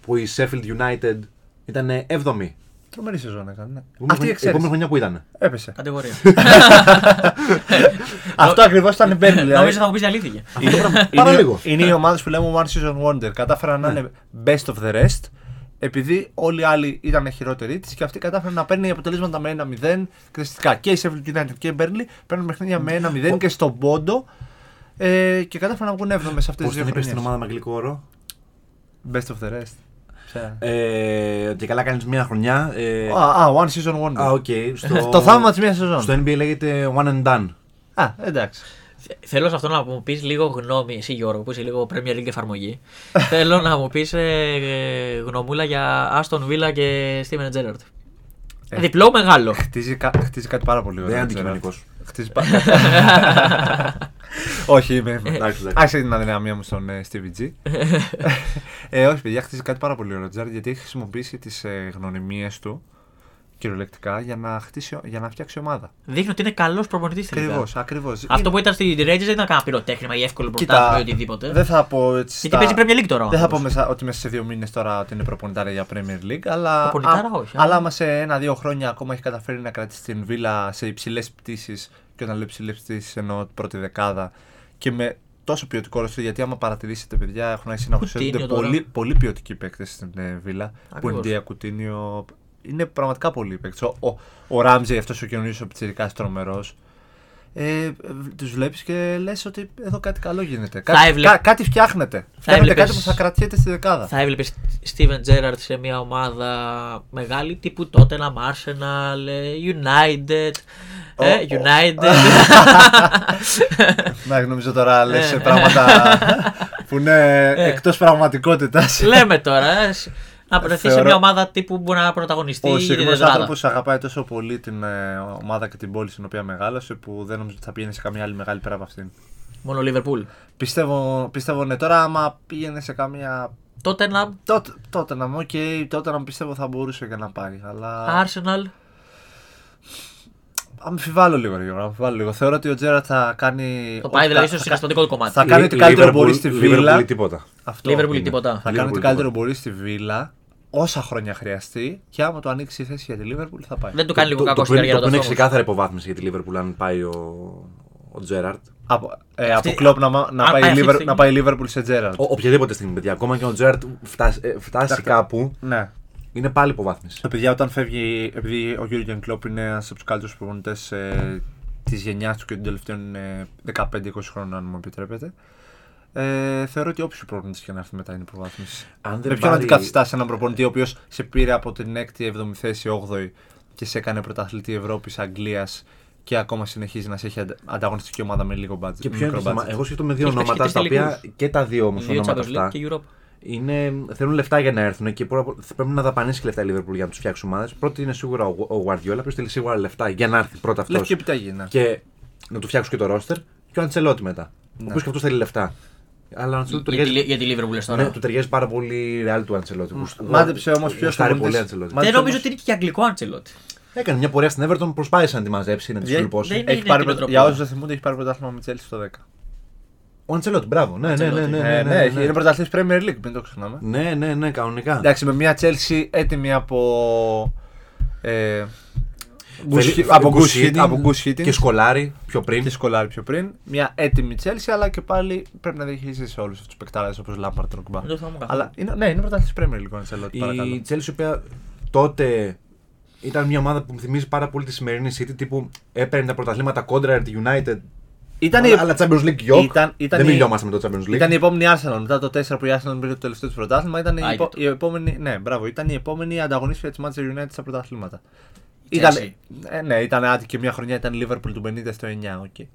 που η Sheffield United ήταν 7η. Τρομερή σεζόν έκανε. ναι. Αυτή Αυτή η η επόμενη εξαίρεση. χρονιά που ήταν. Έπεσε. Κατηγορία. Αυτό ακριβώς ήταν η Μπέρνλι. δηλαδή. Νομίζω θα μου πεις αλήθεια. Είναι- Πάρα είναι- λίγο. Είναι οι ομάδε που λέμε One Season Wonder. Κατάφεραν να είναι best of the rest. Επειδή όλοι οι άλλοι ήταν χειρότεροι της και αυτή κατάφερε να παίρνει αποτελέσματα με 1-0 κρεστικά. Και η Sheffield United και η Burnley παίρνουν παιχνίδια με 1-0 και στον πόντο. Ε, και κατάφεραν να βγουν 7 σε αυτές τις Πώς δύο την είπε στην χρονιές. ομάδα με αγγλικό όρο. Best of the rest. Ποια? Ε, ότι καλά κάνεις μια χρονιά. Ε, Α, Α, One Season Wonder. α, οκ. στο, Το θαύμα της μία σεζόν. Στο NBA λέγεται one and done. Α, εντάξει. Θέλω σε αυτό να μου πεις λίγο γνώμη, εσύ Γιώργο, που είσαι λίγο Premier League εφαρμογή. Θέλω να μου πεις γνωμούλα για Aston Villa και Steven Gerrard. Ε. Διπλό μεγάλο. Χτίζει, κα- χτίζει κάτι πάρα πολύ ωραίο. Δεν είναι ξέρω. αντικειμενικός. Χτίζει πα- όχι, είμαι. είμαι. Ε, Εντάξει, εντάξει. Άρχισε την αδυναμία μου στον ε, Stevie G. ε, όχι, παιδιά, χτίζει κάτι πάρα πολύ ωραίο. Τζάρ, γιατί έχει χρησιμοποιήσει τις ε, γνωριμίε του κυριολεκτικά για να, χτίσει, για να φτιάξει ομάδα. Δείχνει ότι είναι καλός προπονητής τελικά. Ακριβώς, ακριβώς. Αυτό που ήταν στη Rangers δεν ήταν κανένα πυροτέχνημα ή εύκολο πρωτάθλημα ή οτιδήποτε. δεν θα πω έτσι. Γιατί παίζει Premier League τώρα ο Δεν θα πω άνθρωπος. μέσα, ότι μέσα σε δύο μήνες τώρα ότι είναι προπονητάρα για Premier League. Αλλά, Προπονητάρα α- όχι, Αλλά αλλά- άμα σε ένα-δύο χρόνια ακόμα έχει καταφέρει να κρατήσει την βίλα σε υψηλές πτήσεις. Και όταν λέω υψηλές πτήσεις εννοώ πρώτη δεκάδα. Και με τόσο ποιοτικό ρόλο. Γιατί άμα παρατηρήσετε, παιδιά, έχουν αρχίσει να Κουτίνιο προσφέρονται τώρα. πολύ, πολύ ποιοτικοί παίκτες στην ε, βίλα. Που είναι Ακριβώς. διακουτίνιο. Είναι πραγματικά πολύ παίκτε. Ο, ο, ο Ράμζε, αυτό ο καινούριο ο Πιτσυρικά τρομερός. Ε, τους βλέπεις και λες ότι εδώ κάτι καλό γίνεται. Κάτι, έβλεπ- κά- κάτι φτιάχνεται. Φτιάχνεται έβλεπες- κάτι που θα κρατιέται στη δεκάδα. Θα έβλεπες Steven Gerrard σε μια ομάδα μεγάλη τύπου Tottenham, Arsenal, ε, United. ε, Ο- ο- United. Να νομίζω τώρα λε Ε. πράγματα που ναι, είναι εκτός πραγματικότητας. Λέμε τώρα. ε, σ- Να βρεθεί σε Θεωρώ- μια ομάδα τύπου που μπορεί να πρωταγωνιστεί Ο για την συγκεκριμένο τετράδα. άνθρωπο αγαπάει τόσο πολύ την ε, ομάδα και την πόλη στην οποία μεγάλωσε που δεν νομίζω ότι θα πήγαινε σε καμία άλλη μεγάλη πέρα από αυτήν. Μόνο Liverpool. Πιστεύω, πιστεύω ναι, τώρα άμα πήγαινε σε καμία. Tottenham, Τότε, τότε να μου, οκ, τότε να μου πιστεύω θα μπορούσε και να πάει. Αλλά Arsenal. Αμφιβάλλω λίγο, Γιώργο. Αμφιβάλλω λίγο. Θεωρώ ότι ο Τζέρα θα κάνει. Το πάει ό,τι δηλαδή κα- στο θα κα- συναισθηματικό του κομμάτι. θα- κάνει ό,τι καλύτερο μπορεί στη Βίλα. τίποτα. Αυτό Λίβερπουλ είναι. τίποτα. Θα Liverpool κάνει ό,τι τίποτα. καλύτερο μπορεί στη Βίλα όσα χρόνια χρειαστεί και άμα του ανοίξει η θέση για τη Λίβερπουλ θα πάει. Δεν του κάνει λίγο Το- το- κακό Το στην οποίο καριέρα το του. είναι αυτό όμως. ξεκάθαρα υποβάθμιση για τη Λίβερπουλ αν πάει ο, ο Τζέραρτ. Από, ε, Αυτή- από κλόπ να, μα- να, αν πάει πάει η αυτή τη Liver- στιγμή. να πάει η Λίβερπουλ σε Τζέραλτ. Ο, οποιαδήποτε στιγμή, παιδιά. Ακόμα και ο Τζέραρτ φτάσει, ε, φτάσει κάπου, Ναι. είναι πάλι υποβάθμιση. Το παιδιά όταν φεύγει, επειδή ο Γιούργεν Κλόπ είναι ένας από τους καλύτερους προπονητές ε, της γενιάς του και των τελευταίων ε, 15-20 χρόνων, αν μου επιτρέπετε. Ε, θεωρώ ότι όποιος προπονητής και να έρθει μετά είναι υποβάθμιση. Αν δεν Με ποιον πάρει- αντικαθιστά έναν προπονητή ο οποίος σε πήρε από την 6η, 7η θέση, 8η και σε έκανε πρωταθλητή Ευρώπης, Αγγλίας και ακόμα συνεχίζει να σε έχει αντα- ανταγωνιστική ομάδα με λίγο μπάτζετ. Και ποιο είναι το μικρό θέμα. budget. Εγώ σκέφτομαι δύο Έχει παίξει ονόματα και στα τρεις οποία τελικούς. και τα δύο όμως Δύο ονόματα Champions League αυτά. και Europa. είναι, θέλουν λεφτά για να έρθουν και πρώτα απ' όλα πρέπει να δαπανίσει και λεφτά η Liverpool για να τους φτιάξει ομάδες. Πρώτη είναι σίγουρα ο ο Guardiola, ποιο θέλει σίγουρα λεφτά για να έρθει πρώτα αυτό. Λευκή επιταγή, ναι. ε, Και να του φτιάξουν και το ρόστερ και ο Αντσελότη μετά. Ο Ναι. οποίος και αυτός θέλει λεφτά. Αλλά ο Αντσελότη του Για τη- ταιριάζει- Για τη Λίβερπουλ λες ναι, τώρα. του ταιριάζει πάρα πολύ η ρεάλ του Αντσελότη. Γουστ- μάντεψε όμως ποιος γουστάρει προπονητής- πολύ Αντσελότη. Μα- Δεν Μάλιστα, νομίζω όμως. ότι είναι και αγγλικό Αντσελότη. Έκανε μια πορεία στην Everton, προσπάθησε να τη μαζέψει, να τη Δεν- σκουλπώσει. δεν- Ε, Έχει είναι πάρει την πρωτα- οτροπία. Για όσους δεν θυμούνται, έχει πάρει πρωτάθλημα με Chelsea το 10. Ο Αντσελότη, μπράβο. Ναι, ναι, ναι. Αντσελότη. ναι, Ναι, ναι, ναι, ναι, έχει- είναι πρωταθλητής Premier League, μην το ξεχνάμε. ναι, ναι, ναι, κανονικά. Εντάξει, με μια Chelsea έτοιμη από. Ε, Gus- Θέλει- από Gus Gus Hiddink Hiddink- ε, από Gus Hiddink Και σκολάρει πιο πριν. και σκολάρει πιο πριν. Μια έτοιμη Chelsea, αλλά και πάλι πρέπει να διαχειριστεί σε όλους αυτούς του παικτάρες όπως Λάμπαρτ τον Κουμπά. Δεν το θυμάμαι καθόλου. Αλλά είναι, ναι, είναι πρωταθλητής Premier League, ο Αντσελότη, παρακαλώ. Η Chelsea, η οποία τότε ήταν μια ομάδα που μου θυμίζει πάρα πολύ τη σημερινή City, τύπου έπαιρνε τα πρωταθλήματα κόντρα τη United. Ήταν, αλλά, αλλά Champions League γιοκ. Ήταν- ήταν δεν η- μιλιόμαστε με το Champions League. Ήταν η επόμενη Arsenal. Μετά το 4 που η Arsenal πήρε το τελευταίο της πρωτάθλημα, ήταν η, Α, επο- και το- η επόμενη. Ναι, μπράβο, ήταν η επόμενη ανταγωνίστρια τη Manchester United στα πρωταθλήματα. Η Ήταν, Chelsea. ε, ναι, ήταν άτι και μια χρονιά ήταν Liverpool του 50 στο 9. Okay.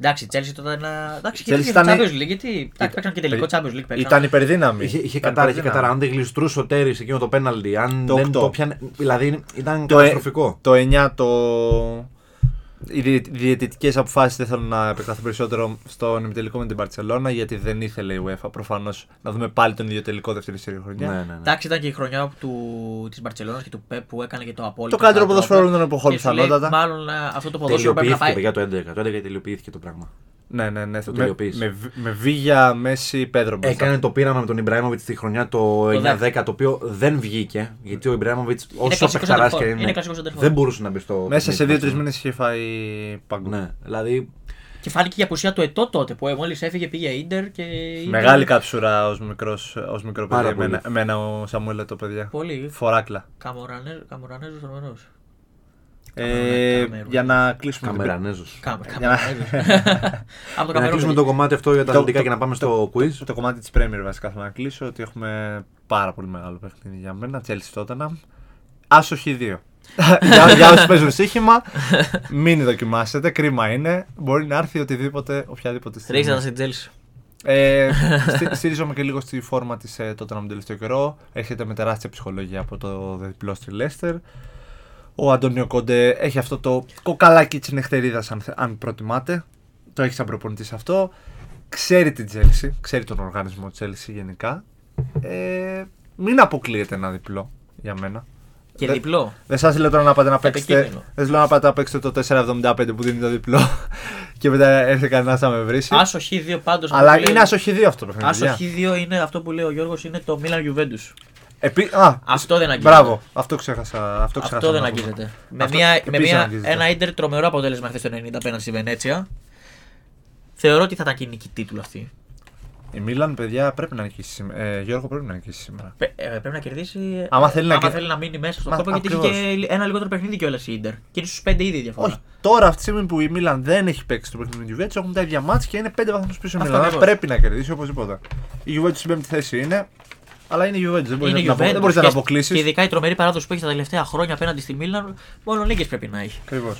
Εντάξει, η Chelsea τότε ήταν. Εντάξει, Chelsea γιατί ήταν- ήταν. Champions League, γιατί. Εντάξει, παίξαν και τελικό Champions League. παίξαν. Ήταν υπερδύναμη. Είχε, είχε Ήταν κατάρα, είχε υπερδύναμη. κατάρα. Αν δεν γλιστρούσε ο Τέρις σε εκείνο το πέναλτι, αν Το δεν οκτώ. το πιανε. Δηλαδή είναι- ήταν Το, ε, καταστροφικό. το 9 το. Οι διε- διαιτητικές αποφάσεις δεν θέλω να επεκταθώ περισσότερο στον ημιτελικό με την Barcelona γιατί δεν ήθελε η UEFA προφανώς να δούμε πάλι τον ίδιο τελικό δεύτερη σερή χρονιά. Ναι, ναι, ναι. Εντάξει, ήταν και η χρονιά του... της Μπαρσελόνα και του Πεπ που έκανε και το απόλυτο. Το καλύτερο καλό ποδοσφαίρο τρόπο. όλων των εποχών, Και σου λέει, πιθανότατα. Μάλλον α, αυτό το ποδόσφαιρο πρέπει να Τελειοποιήθηκε πάει. παιδιά το 11. Το 11 τελειοποιήθηκε το πράγμα. Ναι, ναι, ναι. Το με, τελειοποίησε. με, Β- με Βίγια, Μέση, Πέδρο. μπροστά. Έκανε το πείραμα με τον Ιμπραήμοβιτ τη χρονιά το 9-10, το οποίο δεν βγήκε. Γιατί ο Ιμπραήμοβιτ, όσο κλασικός παιχταρά και center είναι, είναι κλασικός center δεν μπορούσε να μπει στο. Μέσα σε παιχνίδι. 2-3 μήνες είχε φάει παγκού. Ναι, δηλαδή Και φάνηκε και η απουσία του Ετώ τότε που μόλις έφυγε πήγε Ιντερ και. η Ίντερ- Μεγάλη καψούρα ως, μικρός, ως μικρό Πάρα παιδί. πολύ. Εμένα, εμένα ο Σαμουέλ το παιδιά. Πολύ. Φοράκλα. Καμορανέζο τρομερό. Ε, Καμερούν. για να κλείσουμε. την- Καμερανέζο. Καμορανέζο. Από Για να το κλείσουμε το Καμερούν. κομμάτι αυτό για τα Το- αθλητικά το- και να πάμε στο quiz. Το κομμάτι της Premier βασικά θέλω να κλείσω ότι έχουμε πάρα πολύ μεγάλο παιχνίδι για μένα. Chelsea Tottenham. Άσοχη 2. για, για όσου παίζουν στοίχημα, μην δοκιμάσετε. Κρίμα είναι. Μπορεί να έρθει οτιδήποτε, οποιαδήποτε στιγμή. Ρίξα τα στην Τζέλση. Ε, στι- στηρίζομαι και λίγο στη φόρμα της ε, τότε τον τελευταίο καιρό. Έρχεται με τεράστια ψυχολογία από το διπλό στη Λέστερ. Ο Αντώνιο Κόντε έχει αυτό το κοκαλάκι της νυχτερίδας, αν, θε- αν προτιμάτε. Το έχεις σαν προπονητή αυτό. Ξέρει την Chelsea, ξέρει τον οργανισμό Chelsea γενικά. Ε, μην αποκλείεται ένα διπλό για μένα. Και Δε- διπλό. Δεν σας λέω τώρα να πάτε να παίξετε. Επικίνδυνο. Δεν σας λέω να πάτε να παίξετε το 4,75 που δίνει το διπλό και μετά έρθει κανένα να με βρει. Άσοχη 2 πάντως. Αλλά είναι ασοχή δύο αυτό το παιχνίδι. Άσοχη 2 είναι αυτό που λέει ο Γιώργος είναι το Μίλαν Γιουβέντου. Επί... Α, Αυτό δεν αγγίζεται. Μπράβο, αυτό ξέχασα. Αυτό, ξέχασα Αυτό δεν να πούμε. αγγίζεται. Με, Αυτό μια, με επίσης δεν μια, αγγίζεται. ένα ίντερ τρομερό αποτέλεσμα χθες το 90 απέναντι στη Βενέτσια. Θεωρώ ότι θα ήταν και νικητή του αυτή. Η Μίλαν, παιδιά, πρέπει να νικήσει σήμερα. Ε, Γιώργο, πρέπει να νικήσει σήμερα. Πε- ε, πρέπει να κερδίσει. ε, Άμα θέλει να κερ- μείνει μέσα στον Μα- τόπο, γιατί έχει ακριβώς. και ένα λιγότερο παιχνίδι κιόλας η Ιντερ. Και είναι στους 5 ήδη η διαφορά. Όχι, τώρα αυτή τη στιγμή που η Μίλαν δεν έχει παίξει το παιχνίδι με τη Juventus, έχουν τα ίδια μάτια και είναι 5 βαθμούς πίσω η Αυτό Μίλαν. Άρα ακριβώς. Πρέπει να κερδίσει οπωσδήποτε. Η Juventus στην πέμπτη θέση είναι, αλλά είναι η Juventus. Δεν μπορείς να, Είναι η την απο- Juventus δεν μπορείς να την και- Και αποκλείσει. ειδικά η τρομερή παράδοση που έχει τα τελευταία χρόνια απέναντι στη Μίλαν, μόνο νίκε πρέπει να έχει. Ακριβώς.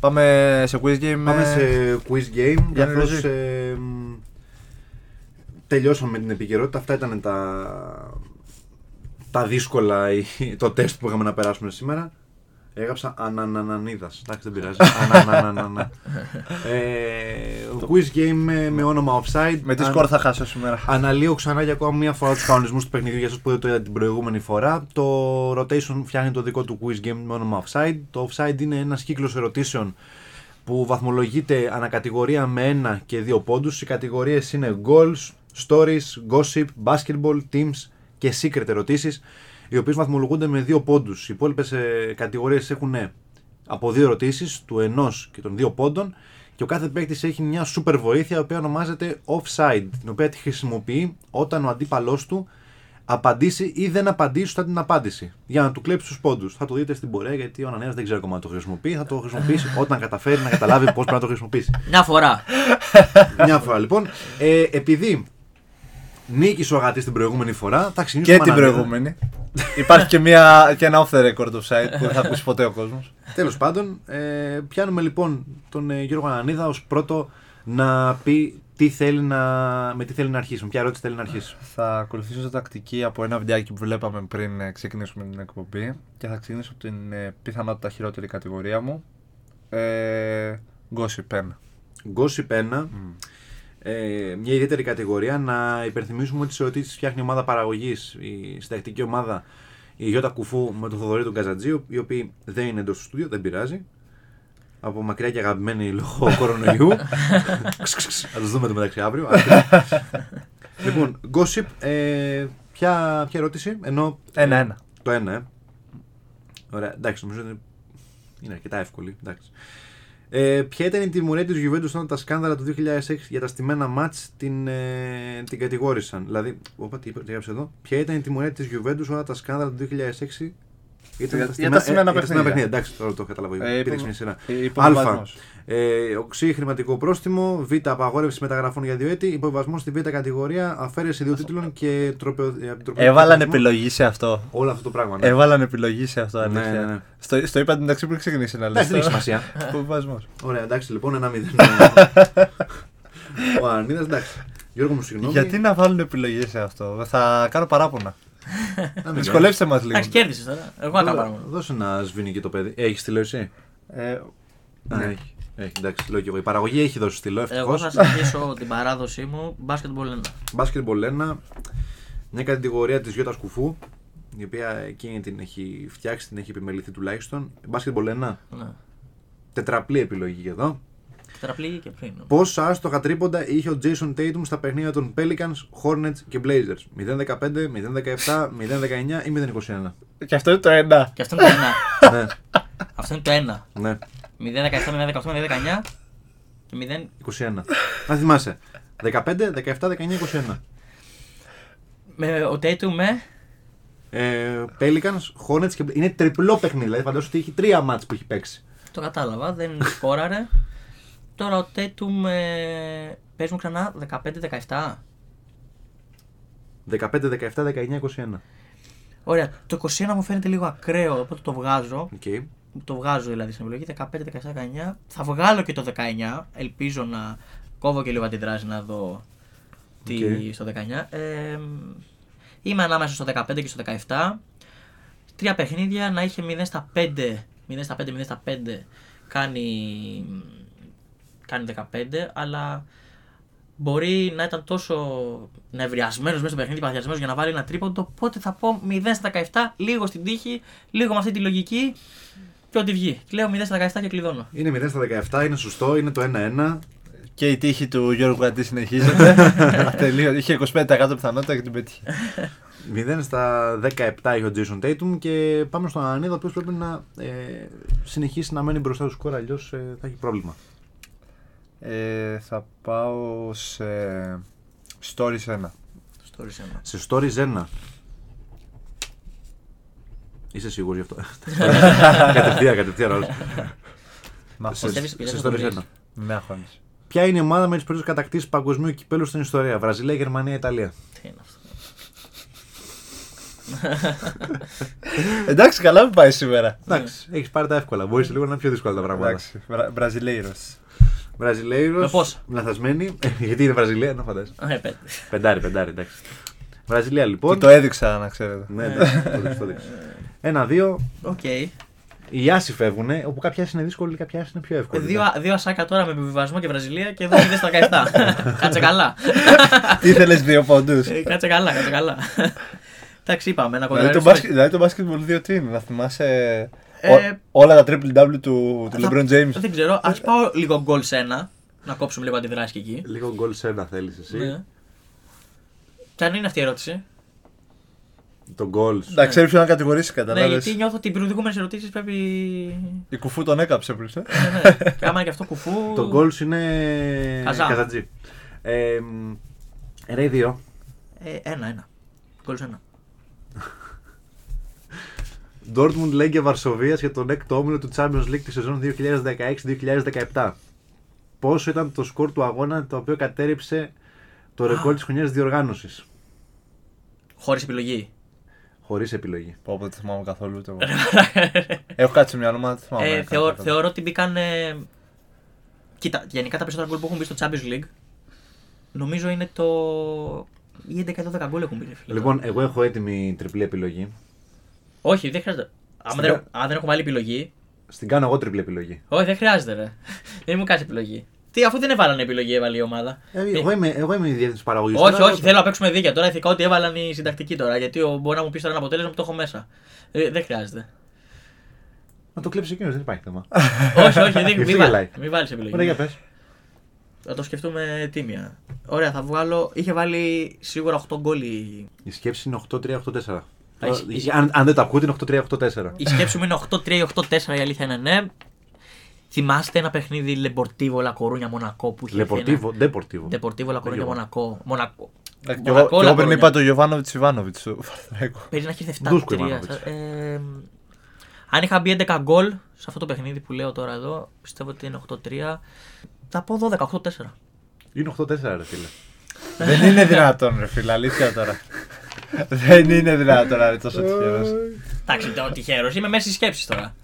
Πάμε σε quiz game. Πάμε ε, σε quiz game. Για καθώς, Ρεζί. ε, μ, τελειώσαμε με την επικαιρότητα. Αυτά ήταν τα, τα δύσκολα, η- το τεστ που είχαμε να περάσουμε σήμερα. Έγραψα Ανανανανίδας. Εντάξει, δεν πειράζει. Ανανανανανα. ε, quiz game με, με όνομα offside. Με τι Αν- σκορ θα χάσω σήμερα. Αναλύω ξανά για ακόμα μία φορά τους κανονισμούς του παιχνιδιού για εσά που δεν το είδατε την προηγούμενη φορά. Το rotation φτιάχνει το δικό του quiz game με όνομα offside. Το offside είναι ένας κύκλος ερωτήσεων που βαθμολογείται ανακατηγορία με ένα και δύο πόντους. Οι κατηγορίες είναι goals, stories, gossip, basketball, teams και secret ερωτήσεις, οι οποίες βαθμολογούνται με δύο πόντους. Οι υπόλοιπες κατηγορίες έχουν ε, από δύο ερωτήσεις, του ενός και των δύο πόντων. Και ο κάθε παίκτης έχει μια σούπερ βοήθεια, η οποία ονομάζεται offside, την οποία τη χρησιμοποιεί όταν ο αντίπαλός του απαντήσει ή δεν απαντήσει σωστά την απάντηση. Για να του κλέψει τους πόντους. Θα το δείτε στην πορεία, γιατί ο Ανανέας δεν ξέρει ακόμα να το χρησιμοποιεί. Θα το χρησιμοποιήσει όταν καταφέρει να καταλάβει πώς πρέπει να το χρησιμοποιήσει. Μια φορά. μια φορά λοιπόν. Ε, επειδή νίκησε ο Αγατή την προηγούμενη φορά, θα Και ξεκινήσουμε την προηγούμενη. Υπάρχει και, μια, και ένα off the record του site που δεν θα ακούσει ποτέ ο κόσμος. Τέλος πάντων, ε, πιάνουμε λοιπόν τον ε, Γιώργο Ανανίδα ως πρώτο να πει τι θέλει να, με τι θέλει να αρχίσουμε, ποια ερώτηση θέλει να αρχίσει. θα ακολουθήσω τακτική από ένα βιντεάκι που βλέπαμε πριν ε, ξεκινήσουμε την εκπομπή και θα ξεκινήσω από την ε, πιθανότητα χειρότερη κατηγορία μου. Ε, gossip 1. Gossip 1. Ε, μια ιδιαίτερη κατηγορία. Να υπενθυμίσουμε ότι τι ερωτήσει φτιάχνει η ομάδα παραγωγής, η συντακτική ομάδα, η Γιώτα Κουφού με τον Θοδωρή τον Καζατζίου, οι οποίοι δεν είναι εντός του στούντιο, δεν πειράζει. Από μακριά και αγαπημένοι λόγω κορονοϊού. Ξ, ξ, ξ. Θα τους δούμε το μεταξύ αύριο. λοιπόν, gossip, ε, ποια, ποια ερώτηση, ενώ Ένα-ένα. το ένα, ε. Ωραία, εντάξει, νομίζω ότι είναι αρκετά εύκολη. Εντάξει. Ε, ποια ήταν η τιμωρία της Juventus όταν τα σκάνδαλα του 2006 για τα στημένα μάτς την, ε, την κατηγόρησαν. Δηλαδή, όπα, τι είπε- τι έγραψε εδώ. Ποια ήταν η τιμωρία της Juventus όταν τα σκάνδαλα του 2006 Για- για τα ε, στημένα παιχνίδια. Εντάξει, τώρα το κατάλαβα. Ε, Ε, υπο- μια σειρά. ε, Α. υποβιβασμός. Ε, οξύ χρηματικό πρόστιμο. Β. Απαγόρευση μεταγραφών για δύο έτη. Υποβιβασμό στη Β κατηγορία. Αφαίρεση δύο τίτλων και τροπεο... ε, τροπεο- Έβαλαν τροπεο- επιλογή Ε, σε αυτό. Όλο αυτό το πράγμα. ναι. Έβαλαν επιλογή σε αυτό, αλήθεια. ναι, ναι. Στο, στο είπα την ταξί πριν ξεκινήσει να λε. Εντάξει, δεν έχει σημασία. Υποβιβασμός. Ωραία, εντάξει λοιπόν, ένα μηδέν. Ο Ανίδα, εντάξει. Γιώργο μου, συγγνώμη. Γιατί να βάλουν επιλογή σε αυτό, θα κάνω παράπονα. να μην Δυσκολεύστε μας λίγο. Εντάξει, κέρδισες τώρα. Εγώ να κάνεις. τα Δώ- πάρω. μόνο. Δώσε να σβήνει και το παιδί. Έχεις τηλεόραση. Ε, Α, έχει. Έχει, εντάξει, λέω και εγώ. Η παραγωγή έχει δώσει στυλό, ευτυχώ. Ναι. Εγώ θα συνεχίσω την παράδοσή μου. Basketball 1. Μπάσκετμπολ 1, μια κατηγορία της Γιώτας Κουφού, η οποία εκείνη την έχει φτιάξει, την έχει επιμεληθεί τουλάχιστον. Μπάσκετμπολ 1, Ναι. τετραπλή επιλογή εδώ. Τετραπλήγη και πριν. Πόσα άστοχα τρίποντα είχε ο Jason Tatum στα παιχνίδια των Pelicans, Hornets και Blazers. 0-15, 0-17, 0-19 ή 0-21. και αυτό είναι το ένα. Και αυτό είναι το ένα. ναι, αυτό είναι το ένα. ναι, 0-17, 0-18, 0-19 και 21. Να θυμάσαι. 15, 17, 19, 21. 0. Με, ο Τέιτου με. Ε, Pelicans, Hornets και Blazers. Είναι τριπλό παιχνίδι. Δηλαδή φαντάζομαι ότι έχει τρία μάτς που έχει παίξει. Το κατάλαβα, δεν σκόραρε. Τώρα ο Τέιτουμ ε, παίζουν ξανά 15-17. 15, 17, 19, 21. Ωραία. Το 21 μου φαίνεται λίγο ακραίο, οπότε το βγάζω. Okay. Το βγάζω δηλαδή στην επιλογή. 15, 17, 19. Θα βγάλω και το 19. Ελπίζω να κόβω και λίγο αντιδράση να δω τι Οκ. στο 19. Ε, είμαι ανάμεσα στο 15 και στο 17. Τρία παιχνίδια να είχε 0 στα 5. 0 στα 5, 0 στα 5. Κάνει, κάνει 15, αλλά μπορεί να ήταν τόσο νευριασμένος μέσα στο παιχνίδι, παθιασμένος για να βάλει ένα τρίποντο. Οπότε θα πω 0 στα 17, λίγο στην τύχη, λίγο με αυτή τη λογική και ό,τι βγει. Λέω 0 στα 17 και κλειδώνω. Είναι 0 στα 17, είναι σωστό, είναι το 1-1. Και η τύχη του Γιώργου Αντί συνεχίζεται. Τελείω. Είχε 25% πιθανότητα και την πέτυχε. 0 στα 17 έχει ο Jason Tatum και πάμε στον Ανανίδα, ο οποίος πρέπει να ε, συνεχίσει να μένει μπροστά του σκορ, αλλιώς θα έχει πρόβλημα. Ε, θα πάω σε stories 1. Στο ρίσεμα. Σε stories 1. Είσαι σίγουρο γι' αυτό. κατευθείαν, κατευθείαν όλος. Να Σε, χωρίς. Πιστεύεις- σε πιστεύεις θα το stories 1. βρεις. Να χωρίς. Ποια είναι η ομάδα με τις περισσότερες κατακτήσεις παγκοσμίου κυπέλους στην ιστορία, Βραζιλία, Γερμανία, Ιταλία. Τι είναι αυτό. Εντάξει, καλά μου πάει σήμερα. Εντάξει, Ναι. έχεις πάρει τα εύκολα. Μπορείς λίγο να είναι πιο δύσκολα τα πράγματα. Εντάξει, Βρα- Βραζιλέιρος. Βραζιλέιρος. Με πόσα? Λαθασμένη. γιατί είναι Βραζιλία, να φαντάζει. Ε, πέντε. Πεντάρι, πεντάρι, εντάξει. Βραζιλία Του λοιπόν. το έδειξα να ξέρετε. Ναι, εντάξει, το δείξε, το δείξε. Ένα, δύο. Οκ. Οι άσοι φεύγουν, όπου κάποια άση είναι δύσκολη, κάποια άση είναι πιο εύκολη. Ε, Δύο, δύο ασάκα τώρα με επιβιβασμό και Βραζιλία και εδώ είδες στα 17. κάτσε καλά. Ήθελες δύο πόντους. Ε, κάτσε καλά, κάτσε καλά. Εντάξει, είπαμε να Δηλαδή το κοντράρουμε. μπάσκετ- δηλαδή το basketball 2 τι είναι, να θυμάσαι Ε, ό- όλα τα triple W του, του Θα- LeBron James. Δεν ξέρω, ας πάω λίγο γκολ σε ένα. Να κόψουμε λίγο αντιδράσεις και εκεί. Λίγο γκολ σε ένα θέλεις εσύ. Ναι. Και αν είναι αυτή η ερώτηση. Το γκολ σου. Να ξέρει ποιον να κατηγορήσει, Ναι, κατάλαβε. γιατί νιώθω ότι οι προηγούμενες ερωτήσεις πρέπει. Η κουφού τον έκαψε πριν. ε. ναι, ναι. Και άμα είναι και αυτό κουφού. Το γκολ σου είναι. Καζά. Καζατζή. Ε, μ, Ρέι 2. Ε, ένα, ένα. Γκολ σε ένα. Ντόρτμουντ Λέγκε Βαρσοβία για τον έκτο όμιλο του Champions League τη σεζόν 2016-2017. Πόσο ήταν το σκορ του αγώνα το οποίο κατέριψε το ρεκόρ της χρονιάς διοργάνωσης. Χωρίς επιλογή. Χωρίς επιλογή. Πω πω, δεν θυμάμαι καθόλου ούτε εγώ. Έχω κάτι στο μυαλό μου, αλλά δεν θυμάμαι. Ε, ναι, κάτι θεω- καθόλου. θεωρώ ότι μπήκαν. ε, Κοίτα, γενικά τα περισσότερα γκολ που έχουν μπει στο Champions League νομίζω είναι το. ή 11-12 γκολ έχουν μπει. ρε φίλε. Λοιπόν, εγώ έχω έτοιμη τριπλή επιλογή. Όχι, δεν χρειάζεται. Άμα Στην- δεν, αν δεν έχουμε άλλη επιλογή. Στην κάνω εγώ τριπλή επιλογή. Όχι, δεν χρειάζεται, ρε. δεν μου κάνει επιλογή. Τι, αφού δεν έβαλαν επιλογή, έβαλε η ομάδα. Ε, εγώ, είμαι, εγώ είμαι η διεύθυνση παραγωγής. όχι, όχι, θέλω να παίξουμε δίκαια. Τώρα ηθικά ότι έβαλαν οι συντακτικοί τώρα. Γιατί ο, μπορεί να μου πεις τώρα ένα αποτέλεσμα που το έχω μέσα. Ε, δεν χρειάζεται. Να το κλέψει εκείνος, δεν υπάρχει θέμα. όχι, όχι, δεν Γι' αυτό μην γελάει. βάλει. Μην βάλεις επιλογή. Ωραία, για πες. Θα το σκεφτούμε τίμια. Ωραία, θα βγάλω. Είχε βάλει σίγουρα 8 γκολ. η- Η σκέψη είναι 8-3-8-4. Α, η- η- Ε, Αν, αν δεν τα ακούτε, είναι 8-3-8-4. Η σκέψη μου είναι 8-3 ή 8-4, η αλήθεια είναι ναι. Θυμάστε ένα παιχνίδι Λεμπορτίβο Λακορούνια Μονακό που είχε. Λεπορτίβο, ντεπορτίβο. Λεμπορτίβο Λακορούνια Δεν Μονακό. Μονακό. Ε, κι εγώ- κι Μονακό, εγώ πριν Λακορούνια. είπα το Γιωβάνοβιτ Ιβάνοβιτ του Παναθηναϊκού. Παίζει να έχει έρθει Ντούσκο 7-3. Ιβάνοβιτς. σα- ε, αν είχα μπει 11 γκολ σε αυτό το παιχνίδι που λέω τώρα εδώ, πιστεύω ότι είναι 8-3. Θα πω 12-8-4. Είναι 8-4, ρε φίλε. Δεν είναι δυνατόν, ρε φίλε, αλήθεια τώρα. Δεν είναι δυνατόν να είναι τόσο τυχερός. Εντάξει, το τυχαίρο. Είμαι μέσα στις σκέψεις τώρα.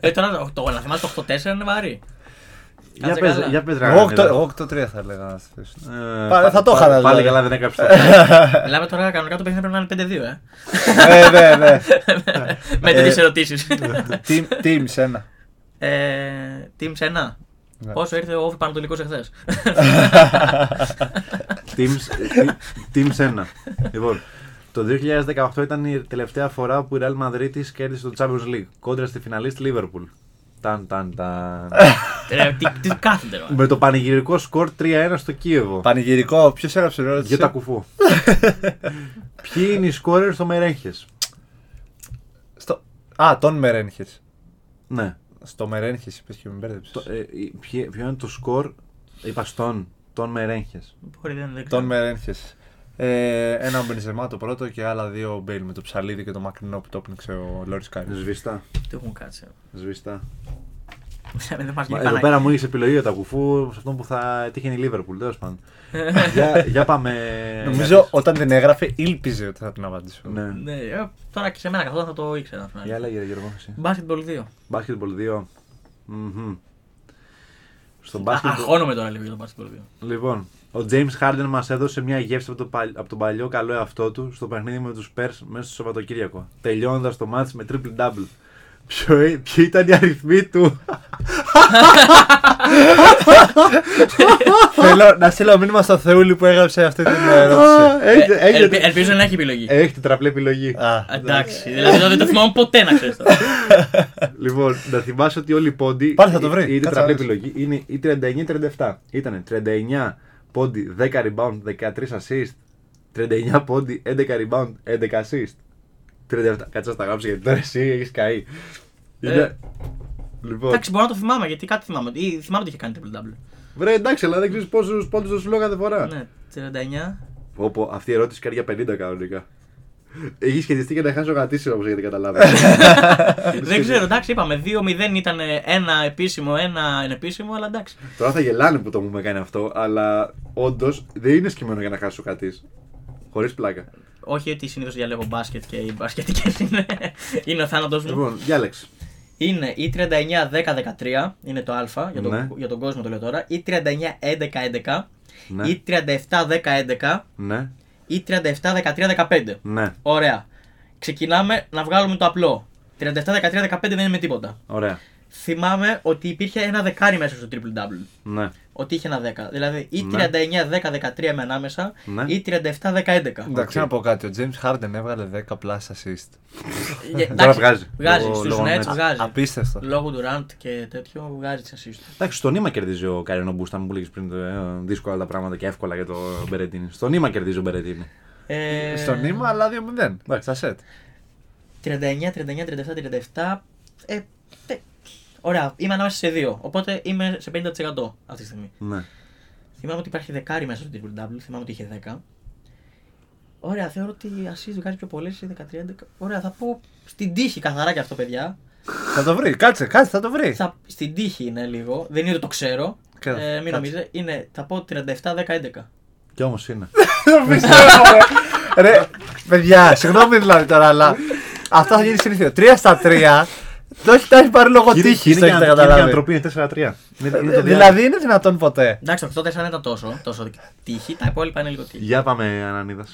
ε, τώρα το, να θυμάσαι το 8-4 είναι βαρύ. Για Κάτσε πες, καλά. για πες, ρε, Εγώ Ρανίδα. 8 εγώ 8-3 θα έλεγα να στήσω. Ε, Πάλι- θα το πάλι- είχα, δηλαδή. Πάλι καλά δεν έκαψε το. Μιλάμε τώρα κανονικά το παιχνίδι πρέπει να είναι 5-2, ε. Ναι, ναι, ναι. Με τέτοιες Ε. ερωτήσεις. Team- Team σένα. ε, team σένα. Ναι. Πόσο ήρθε ο Όφη Πανατολικός εχθές. Teams, ε, Teams 1. λοιπόν, το 2018 ήταν η τελευταία φορά που η Real Madrid κέρδισε το Champions League κόντρα στη φιναλίστ Liverpool. Ταν, ταν, ταν. Ρε, τι, τι κάθεται, ρε. Με το πανηγυρικό σκορ 3-1 στο Κίεβο. Πανηγυρικό, ποιος έγραψε την ερώτηση. Για τα κουφού. Ποιοι είναι οι σκόρερ στο Μερέχε. Στο... Α, τον Μερένχες. Ναι. Στο Μερένχες είπες και με μπέρδεψες. Το- ε, η- ποιο ποιο είναι το σκορ, είπα στον, τον Μερέχε. Μπορεί, δεν, δεν ξέρω. Τον Μερένχες. Ε, ένα Μπενζεμά το πρώτο και άλλα δύο Μπέιλ με το ψαλίδι και το μακρινό που το πνίξε ο Λόρις Κάρι. Σβηστά. Τι έχουν κάτσει. Σβηστά. δεν μας Μα γίνει Εδώ κανένα. πέρα μου είχες επιλογή για τα κουφού σε αυτό που θα τύχει η Λίβερπουλ. Τέλος πάντων. για, για πάμε. Νομίζω όταν την έγραφε, ήλπιζε ότι θα την απαντήσω. Ναι. Ναι, ε, τώρα και σε μένα καθόλου θα το ήξερα. να σου πω. Για λέγε, ρε Γιώργο. εσύ. Basketball 2. Basketball 2. Μμμ. Στο Α, basketball. Αγχώνομαι τώρα λίγο για το Basketball 2. Λοιπόν, ο James Harden μας έδωσε μια γεύση από, το παλ- από τον παλιό καλό εαυτό του στο παιχνίδι με τους Spurs μέσα στο Σαββατοκύριακο. Τελειώνοντας το μάτς με triple double. Ποιο, ε- ποιοι ήταν οι αριθμοί του. Θέλω να στείλω μήνυμα στο Θεούλη που έγραψε αυτή την ερώτηση. Ε, έχετε- Ε, ελπι- έχετε- Ελπίζω να έχει επιλογή. Έχετε τετραπλή επιλογή. Α, Εντάξει, δηλαδή δεν το θυμάμαι ποτέ να ξέρεις τώρα. Λοιπόν, να θυμάσαι ότι όλοι οι πόντι. Πάλι θα το βρει. Η, η Κάτσε τετραπλή να δεις. επιλογή είναι η 39-37. Ήταν 39 πόντι, 10 rebound, 13 assist. 39 πόντι, 11 rebound, 11 assist. 37. Κάτσε να τα γράψει γιατί τώρα εσύ έχεις καεί. Ε. Είναι- Λοιπόν. Εντάξει, μπορώ να το θυμάμαι γιατί κάτι θυμάμαι. Ή θυμάμαι ότι είχε κάνει triple double. Βρε, εντάξει, αλλά δεν ξέρεις πόσους πόντους θα σου λέω κάθε φορά. Ναι, 39. Όπου αυτή η ερώτηση κάνει για 50 κανονικά. Έχει σχετιστεί και να χάσω γατήσιο όπως έχετε καταλάβει. Δεν ξέρω, εντάξει, είπαμε. 2-0 ήταν ε, ένα επίσημο, ένα ανεπίσημο, αλλά εντάξει. Τώρα θα γελάνε που το μου έκανε αυτό, αλλά όντως δεν είναι σκημένο για να χάσει ο κατής. Χωρίς πλάκα. Όχι ότι συνήθως διαλέγω μπάσκετ και οι μπασκετικές είναι, είναι ο θάνατο Ναι. μου. Λοιπόν, διάλεξε. Είναι ή 39-10-13, είναι το Α, για, τον- Ναι. για τον κόσμο το λέω τώρα, ή 39-11-11, Ναι. ή 37-10-11, Ναι, ή 37-13-15. ναι. Ωραία. Ξεκινάμε να βγάλουμε το απλό. 37, 13, 15 δεν είμαι τίποτα. Ωραία. Θυμάμαι ότι υπήρχε ένα δεκάρι μέσα στο triple double. Ναι. Ότι είχε ένα 10. Δηλαδή ή Ναι. 39, 10, 13 με ανάμεσα Ναι. ή 37, 10, 11. Εντάξει, να πω κάτι. Ο James Harden έβγαλε 10 plus assist. Ε, εντάξει, Τώρα βγάζει. Βγάζει. Ο- Στους λόγω Nets Nets. βγάζει. Απίστευτο. Λόγω του Ραντ και τέτοιο βγάζει τις assist. του. Εντάξει, στο νήμα κερδίζει ο Καρινό Μπούστα μου που λέγε πριν ε, δύσκολα τα πράγματα και εύκολα για το Μπερετίνη. Στο νήμα κερδίζει ο Μπερετίνη. Ε, Στον νήμα, αλλά 2-0. Στα σετ. 39, 39, 37, 37. Ε, τε- Ωραία, είμαι ανάμεσα σε δύο. Οπότε είμαι σε 50% αυτή τη στιγμή. Ναι. Θυμάμαι ότι υπάρχει δεκάρι μέσα στο Triple W, θυμάμαι ότι είχε 10. Ωραία, θεωρώ ότι η Ασή βγάζει πιο πολλές, 13, 11. Ωραία, θα πω στην τύχη καθαρά και αυτό, παιδιά. Θα το βρει, κάτσε, κάτσε, θα το βρει. Θα, στην τύχη είναι λίγο, δεν είναι ότι το ξέρω. Καλά, ε, μην κάτσε. νομίζετε, είναι, θα πω 37, 10, 11. Κι όμως είναι. Το πιστεύω, ρε. ρε. Παιδιά, συγγνώμη δηλαδή τώρα, αλλά αυτό θα γίνει συνήθεια. 3 στα 3. Το έχει τα έχει πάρει λόγω τύχη, είναι το και έχετε η καταλάβει. ανατροπή είναι 4-3. Είναι- είναι το Ε, διάλογο. Δηλαδή είναι δυνατόν ποτέ. Εντάξει, το 84 δεν ήταν τόσο, τόσο τύχη, τα υπόλοιπα είναι λίγο τύχη. Για πάμε, Ανανίδας.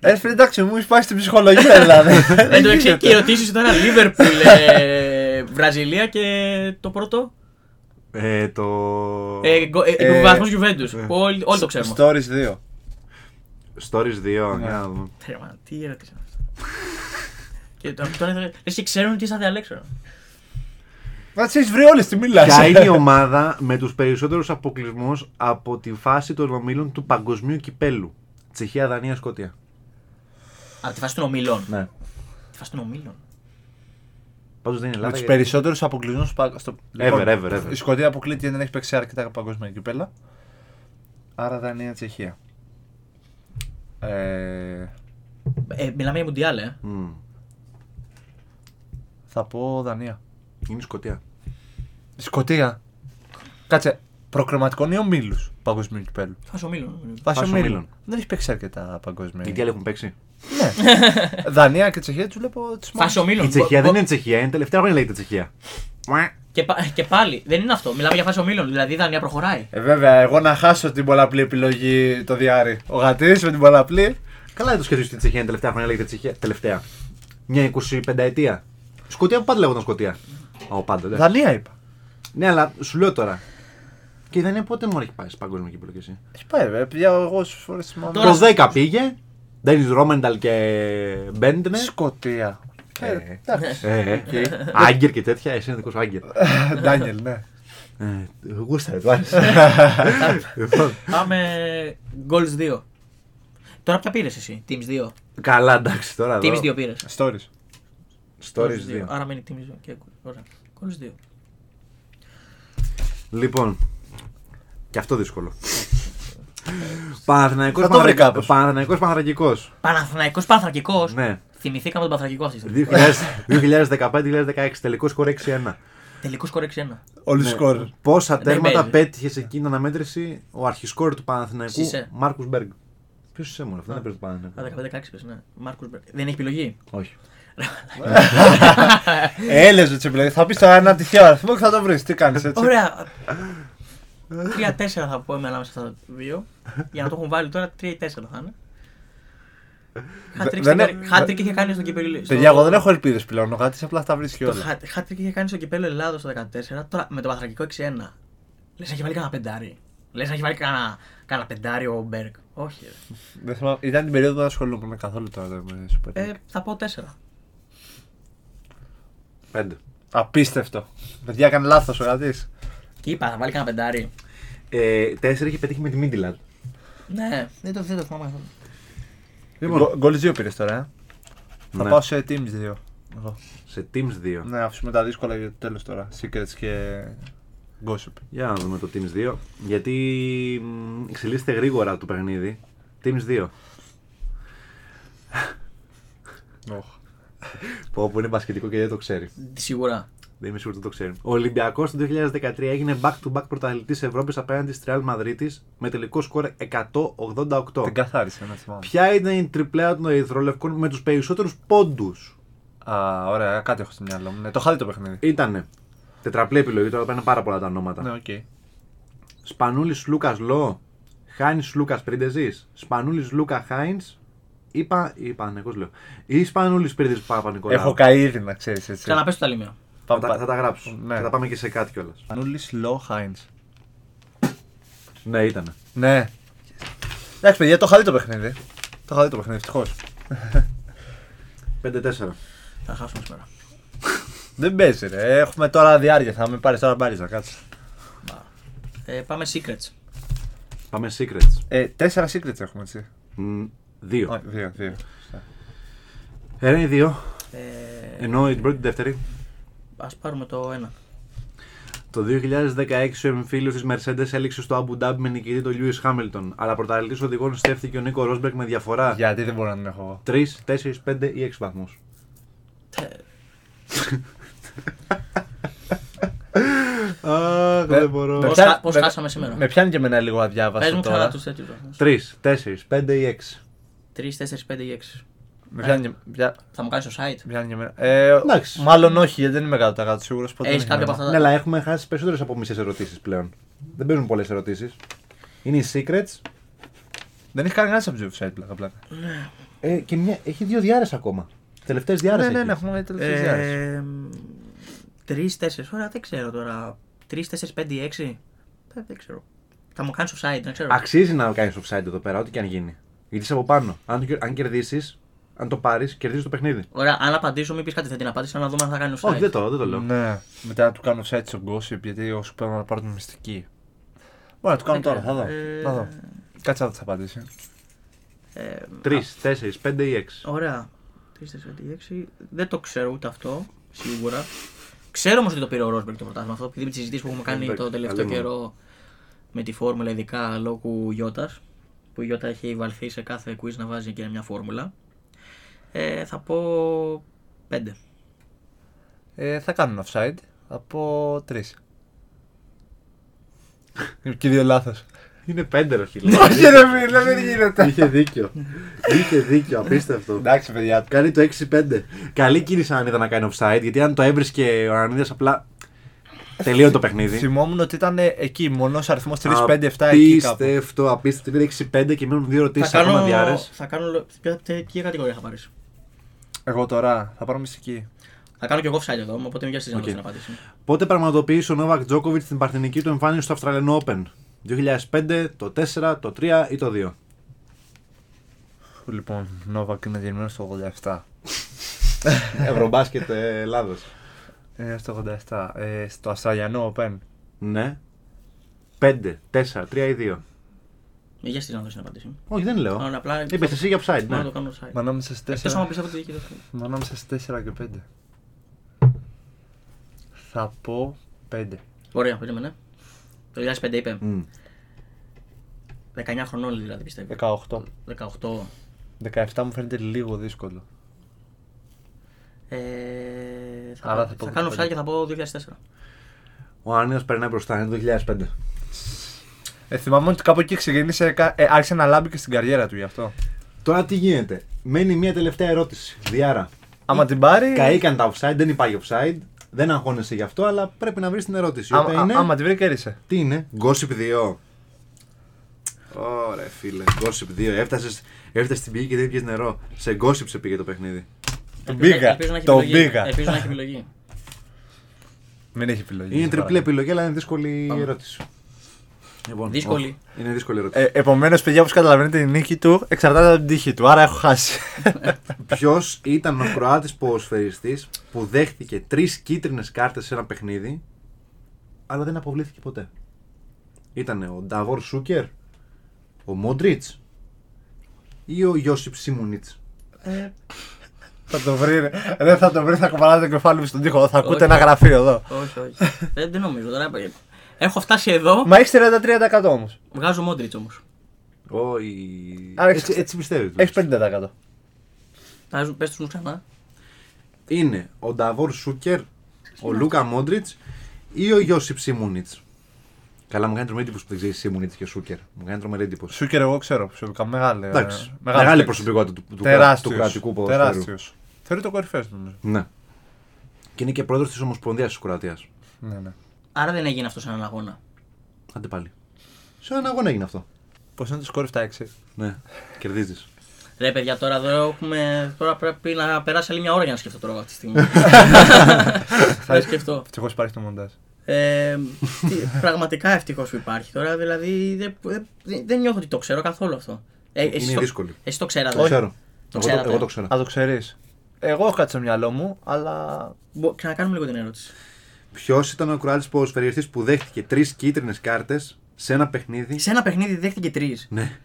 Ε, φίλε, εντάξει, μου έχει πάει στην ψυχολογία δηλαδή. Εν τω μεταξύ, και οι ερωτήσεις τώρα Λίβερπουλ, ε, Βραζιλία και το πρώτο. Ε, το. Ε, γκο- ε, Ε, Υποβιβασμό Γιουβέντους. ε. Όλοι όλοι το ξέρουμε. Stories 2. Stories 2. Ναι. Για να δούμε. Ρε, μα, τι ερώτηση είναι αυτή. και τώρα- τώρα λες και ξέρουν τι είσατε Αλέξαρο. Μα τι έχεις βρει όλες τις μιλάς. Ποια είναι η ομάδα με τους περισσότερους αποκλεισμούς από τη φάση των ομίλων του παγκοσμίου κυπέλου. Τσεχία, Δανία, Σκότια. Από τη φάση των ομιλών. Ναι. Τη φάση των ομιλών. Πάντως δεν είναι Με Ελλάδα. τους γιατί- περισσότερους αποκλεισμούς στο. Ever, ever, ever. Λοιπόν, Η Σκοτία αποκλείται γιατί δεν έχει παίξει αρκετά παγκόσμια κυπέλα. Άρα Δανία, Τσεχία. Ε, Ε, μιλάμε για Μουντιάλ, ε. Μμ. θα πω Δανία. Είναι η Σκωτία. Η Σκοτία. Κάτσε. Προκριματικών ή ομίλους παγκοσμίου κυπέλου. Φάση ομίλων. Βάσει ομίλων. ομίλων. Δεν έχεις παίξει αρκετά παγκόσμια. Γιατί άλλοι έχουν παίξει. Ναι. Δανία και Τσεχία τους βλέπω τις Φάση ομίλων. Η Τσεχία Μπο- δεν μπο- είναι Τσεχία, είναι τελευταία χρόνια λέγεται Τσεχία. Μουα. Και, πα- ε, και πάλι δεν είναι αυτό. Μιλάμε για φάση ομίλων. Δηλαδή η Δανία προχωράει. Ε, βέβαια, εγώ να χάσω την πολλαπλή επιλογή το διάρρη. Ο γατής με την πολλαπλή. Καλά δεν το σκέφτεσαι ότι η Τσεχία είναι τελευταία χρόνια λέγεται Τσεχία. Τελευταία. Μια 25 ετία. Σκωτία που πάντα λέγονταν Σκωτία. Ω πάντα. Ναι. εντάξει. Δανία είπα. Ναι, αλλά σου λέω τώρα. Και δεν είναι πότε μόνο έχει πάει σε παγκόσμιο κύπελο και εσύ. Έχει πάει, βέβαια. Πια εγώ όσε φορές θυμάμαι. Τώρα- Το 10 πήγε. Ντένι Ρόμενταλ και Μπέντνερ. Ναι. Σκοτία. Ε, ναι. Ε, Εντάξει. Ε, ε, Άγκερ και τέτοια, εσύ είναι δικός σου Άγκερ. Ντάνιελ, ναι. Ε, Γούστα, του άρεσε. Λοιπόν, Πάμε goals 2. Τώρα ποια πήρες εσύ, Teams 2. Καλά, εντάξει τώρα. εδώ. Teams 2 πήρε. Stories. Stories 2. Άρα μένει Teams 2. Και... Ωραία. Goals 2. Λοιπόν. Και αυτό δύσκολο. Παναθηναϊκός Θα το βρει Παναθρα- κάπως. Παναθηναϊκός Παναθρακικός. Παναθηναϊκός Παναθρακικός. Ναι. Θυμηθήκαμε τον Παναθρακικό αυτή τη στιγμή. 2015-2016. Τελικός σκορ 6-1. Τελικός σκορ 6-1. Όλοι Ναι. σκορ. Πόσα τέρματα παίζει. πέτυχε σε εκείνη την αναμέτρηση ο αρχισκόρ του Παναθηναϊκού Σισε. Μάρκους Μπέργκ. Ποιος είσαι μόνο, αυτό δεν παίζει το Παναθηναϊκό. 15-16 πες, ναι. Μάρκος Μπερ. Δεν έχει επιλογή. Όχι. Ε, Έλεζε τι επιλογέ. Θα πεις τώρα ένα τυχαίο αριθμό και θα το βρεις. Τι κάνεις έτσι. Ωραία. 3-4 θα πω είμαι ανάμεσα στα δύο. Για να το έχουν βάλει τώρα 3-4 θα είναι. δεν έ- Χάτρικ είχε κάνει στο κυπέλο. Παιδιά, εγώ δεν έχω ελπίδες πλέον. Ο γάτης απλά θα βρει Το κιόλα. χα- χάτρικ είχε κάνει στο κυπέλο Ελλάδος το 14. Τώρα με το Παθρακικό 6-1. Λες να έχει βάλει κανένα πεντάρι. Λες να έχει βάλει κανένα, κανένα πεντάρι ο Μπέργκ. Όχι. ρε. Δεν θυμάμαι. Ήταν την περίοδο που δεν ασχολούμαι καθόλου τώρα με Super League. Ε, θα πω 4. Πέντε. Απίστευτο. Παιδιά, έκανε λάθος ο γάτη. Και είπα, θα βάλει κανένα πεντάρι. Ε, τέσσερα είχε πετύχει με τη Μίντιλαντ. Ναι, δεν το, δεν το θυμάμαι καθόλου. Γκολ 2 πήρες τώρα. Ε. Θα Ναι. πάω σε Teams 2. Εγώ. Σε Teams 2. Ναι, αφήσουμε τα δύσκολα για το τέλος τώρα. Secrets και Gossip. Για να δούμε το Teams 2. Γιατί μ, εξελίσσεται γρήγορα το παιχνίδι. Teams 2. Που όπου είναι μπασκετικό και δεν το ξέρει. Σίγουρα. Δεν είμαι σίγουρος ότι το ξέρει. Ο Ολυμπιακός το 2013 έγινε back-to-back πρωταθλητής Ευρώπης απέναντι στη Real Madrid με τελικό σκορ 188. Την καθάρισε, να θυμάμαι. Ποια ήταν η τριπλέα των Ερυθρολευκών με τους περισσότερους πόντους. Α, ωραία, κάτι έχω στο μυαλό μου. Ναι, το είχα δει το παιχνίδι. Ήτανε τετραπλή επιλογή, τώρα πάνε πάρα πολλά τα ονόματα. Ναι, οκ. Σπανούλης Λούκας Λό. Χάιν Λούκας Πρίντεζης. Σπανούλης Λούκα Χάιν. ή, πα, ή πανεκός ναι, λέω. Ή Σπανούλης Πύρδης Παπα-Νικολάου. Έχω καεί ήδη, να ξέρεις έτσι. Ξαναπέσου το ταλίμιο. Θα, τα- θα τα γράψω. Ναι. Θα τα πάμε και σε κάτι κιόλας. Πανούλη Λόχάιντ. Ναι, ήταν. Ναι. Εντάξει, παιδιά, το είχα δει το παιχνίδι. Το είχα δει το παιχνίδι, ευτυχώς. 5-4. Θα χάσουμε σήμερα. Δεν παίζει, ρε. Έχουμε τώρα διάρκεια. Θα με πάρεις τώρα πάρει να κάτσει. Ε, πάμε secrets. Πάμε secrets. Ε, τέσσερα secrets έχουμε, έτσι. Μ, Δύο. Όχι, δύο, δύο. Σωστά. Ένα ή δύο. Ε, Ενώ η πρώτη δεύτερη. ας πάρουμε το ένα. Το 2016 ο εμφύλιος της Mercedes έληξε στο Abu Dhabi με νικητή τον Lewis Hamilton. Αλλά πρωταθλητή οδηγών στέφθηκε ο Νίκο Ρόσμπερκ με διαφορά Γιατί δεν μπορώ να την έχω εγώ. 3, 4, 5 ή 6 βαθμού. Ε, Αχ, δεν μπορώ. Πώς Μετά- χα- πώς με- χάσαμε σήμερα. Με πιάνει και εμένα λίγο Πες αδιάβαστο μου τώρα. ξανά τους τέτοιους βαθμούς. 3, 4, 5 ή 6. 3, 4, 5 ή 6. Με πιάνει και- πια- Θα μου κάνεις το site. πιάνει και εμένα. Ε, Εντάξει. Μάλλον όχι, γιατί δεν είμαι 100% σίγουρο. Έχεις κάποια από αυτά Ναι, τα... αλλά έχουμε χάσει περισσότερες από μισές ερωτήσεις πλέον. Δεν παίζουν πολλές ερωτήσεις. Είναι οι secrets Δεν έχει κανένας από τους website πλάκα. πλάκα. ε, και μια... έχει δύο διάρες ακόμα. Τελευταίες διάρες. Ναι, ναι, ναι, έχουμε τελευταίε διάρκειε. 3, 4, ωραία δεν ξέρω τώρα. 3, 4, 5, 6. Ε, Δεν, δεν ξέρω. Θα μου κάνεις το site, δεν ξέρω. Αξίζει να κάνεις offside εδώ πέρα, ό,τι και αν γίνει. Γιατί είσαι από πάνω. Αν, το- αν κερδίσεις, αν το πάρεις, κερδίζεις το παιχνίδι. Ωραία, αν απαντήσω, μην πεις κάτι θετή να απάντηση, να δούμε αν θα κάνει το site. Όχι, δεν το, δεν το λέω. Ναι, μετά να του κάνω site στο gossip γιατί όσοι πρέπει να πάρουν μυστική. Μπορεί να του κάνω Δεν τώρα, θα ξέρω. δω. Ε, Θα δω. Κάτσε να τη απαντήσει. Ε, 3, 4, 5 ή 6. Ωραία. 3-4-6. Δεν το ξέρω ούτε αυτό. Σίγουρα. Ξέρω όμως ότι το πήρε ο Ρόσμπεργκ το πρωτάθλημα αυτό. Επειδή με τις συζητήσεις που έχουμε κάνει Εντάξει, το τελευταίο καλή μου. καιρό με τη φόρμουλα, ειδικά λόγου Ιώτα. Που η Ιώτα έχει βαλθεί σε κάθε quiz να βάζει και μια φόρμουλα. Ε, θα πω 5. Ε, θα κάνω ένα offside από τρεις. Και δύο λάθος. Είναι 5 ρε φίλε. Όχι, Ναι, ρε φίλε, δεν γίνεται. Είχε δίκιο. Είχε δίκιο, απίστευτο. Εντάξει, παιδιά. Κάνει το 6-5. Καλή κίνηση αν ήταν να κάνει offside, γιατί αν το έβρισκε ο Ανανίδα απλά. Τελείω το παιχνίδι. Θυμόμουν ότι ήταν εκεί μονός αριθμός 3-5-7 εκεί κάπου. Απίστευτο, απίστευτο. Πήρε 6-5 και μείνουν δύο Θα ερωτήσει ακόμα κάνω. διάρες. Θα κάνω λο- ποια- τε- Ποια κατηγορία θα πάρεις. Εγώ τώρα θα πάρω μυστική. Θα κάνω και εγώ offside εδώ, οπότε μην βιαστείς να δώσεις την απάντηση. Πότε πραγματοποιήσει ο Νόβακ Τζόκοβιτ την παρθενική του εμφάνιση στο Αυστραλιανό Open. 2005, το 4, το 3 ή το 2. Λοιπόν, Νόβακ είναι γεννημένο στο 87. Ευρωμπάσκετ Ελλάδο. Ε, στο 87. Ε, στο Αυστραλιανό Open. Ναι. 5, 4, 3 ή 2. Μην βιαστεί να δώσεις την απάντηση. Όχι, δεν λέω. Άρα, απλά- Είπες εσύ για offside, Μπορώ να ναι. το κάνω offside. Μα ανάμεσα στι Εκτός αν 4, πιστεύω ότι δίκαιο το κάνει. μα ανάμεσα στις 4 και 5. Θα πω 5. Ωραία, περίμενε. Το 2005 είπε. Μμ. 19 χρονών δηλαδή πιστεύει. 18. 18. 17 μου φαίνεται λίγο δύσκολο. Ε, θα, Άρα θα, θα πω κάνω 25. ψάρια και θα πω 2004. Ο Άννα περνάει μπροστά, είναι το 2005. Ε, θυμάμαι ότι κάπου εκεί ξεκίνησε, κα- ε, άρχισε να λάμπει και στην καριέρα του γι' αυτό. Τώρα τι γίνεται. Μένει μια τελευταία ερώτηση. Διάρα. Άμα την πάρει. Καήκαν τα offside, δεν υπάρχει offside. Δεν αγχώνεσαι γι' αυτό, αλλά πρέπει να βρεις την ερώτηση. η άμα, οποία α- είναι... άμα την βρει, κέρδισε. Τι είναι, Gossip 2. Ωραία, φίλε, Gossip 2. Έφτασες, έφτασες στην πηγή και δεν πιες νερό. Σε Gossip σε πήγε το παιχνίδι. Τον Ελπίζω- πήγα. ελπίζω να έχει Τον επιλογή. ναι. πήγα. Ελπίζω να έχει επιλογή. Μην έχει επιλογή. είναι σε τριπλή παρακαλώ. επιλογή, αλλά είναι δύσκολη η ερώτηση. Λοιπόν, Δύσκολη. ο- Είναι δύσκολη η ερώτηση. Ε, Επομένως, παιδιά, όπως καταλαβαίνετε, η νίκη του εξαρτάται από την τύχη του. Άρα έχω χάσει. Ποιος ήταν ο Κροάτης ποδοσφαιριστής που δέχτηκε τρεις κίτρινες κάρτες σε ένα παιχνίδι, αλλά δεν αποβλήθηκε ποτέ. Ήταν ο Νταβόρ Σούκερ, ο Μόντριτ ή ο Ιώσιπ Σίμουνιτ. Ε, θα το βρει. ρε. Δεν θα το βρει, θα κουβαλάτε το κεφάλι μου στον τοίχο. Θα ακούτε Όχι. ένα γραφείο εδώ. όχι, όχι. δεν, δεν νομίζω. Τώρα, ε, έχω φτάσει εδώ. Μα έχεις 33% όμως. Βγάζω μόντριτ όμω. Ο, Άρα έτσι, έχεις- έτσι πιστεύει. Έχει 50%. Πες τους μου ξανά. Είναι ο Νταβόρ Σούκερ, ο Λούκα Μόντριτ ή ο Ιώσιπ Σίμουνιτ. Καλά, μου κάνει τρομερή εντύπωση που δεν ξέρεις Σίμουνιτ και Σούκερ. Μου κάνει τρομερή εντύπωση. Σούκερ, εγώ ξέρω προσωπικά. Μεγάλη, Εντάξει. ε, Μεγάλη, παίκτης. προσωπικότητα του, του, κρα- Τεράστιος. του κρατικού ποδοσφαίρου. Τεράστιος. Θεωρεί το κορυφαίος νομίζω. Ναι. Και είναι και πρόεδρος της Ομοσπονδίας της Κροατίας. Ναι, ναι. Άρα δεν έγινε αυτό σε έναν αγώνα. Άντε πάλι. Σε έναν αγώνα έγινε αυτό. Πώς είναι το σκορ 7-6. Ναι. Κερδίζεις. Ρε παιδιά, τώρα εδώ έχουμε. Τώρα πρέπει να περάσει άλλη μια ώρα για να σκεφτώ τώρα αυτή τη στιγμή. Θα σκεφτώ. Ευτυχώς υπάρχει το μοντάζ. Ε, τι- πραγματικά ευτυχώς που υπάρχει τώρα. Δηλαδή δεν, δεν- δεν νιώθω ότι το ξέρω καθόλου αυτό. Ε, εσύ Είναι το- δύσκολο. Εσύ το ξέρατε. Το ξέρω. Το Εγώ ξέρατε. το, εγώ το ξέρω. Α, το ξέρεις. Εγώ έχω κάτι στο μυαλό μου, αλλά. Μπο- Ξανακάνουμε λίγο την ερώτηση. Ποιος ήταν ο Κροάτη ποδοσφαιριστής που δέχτηκε τρεις κίτρινες κάρτες σε ένα παιχνίδι. Σε ένα παιχνίδι δέχτηκε τρεις. Ναι.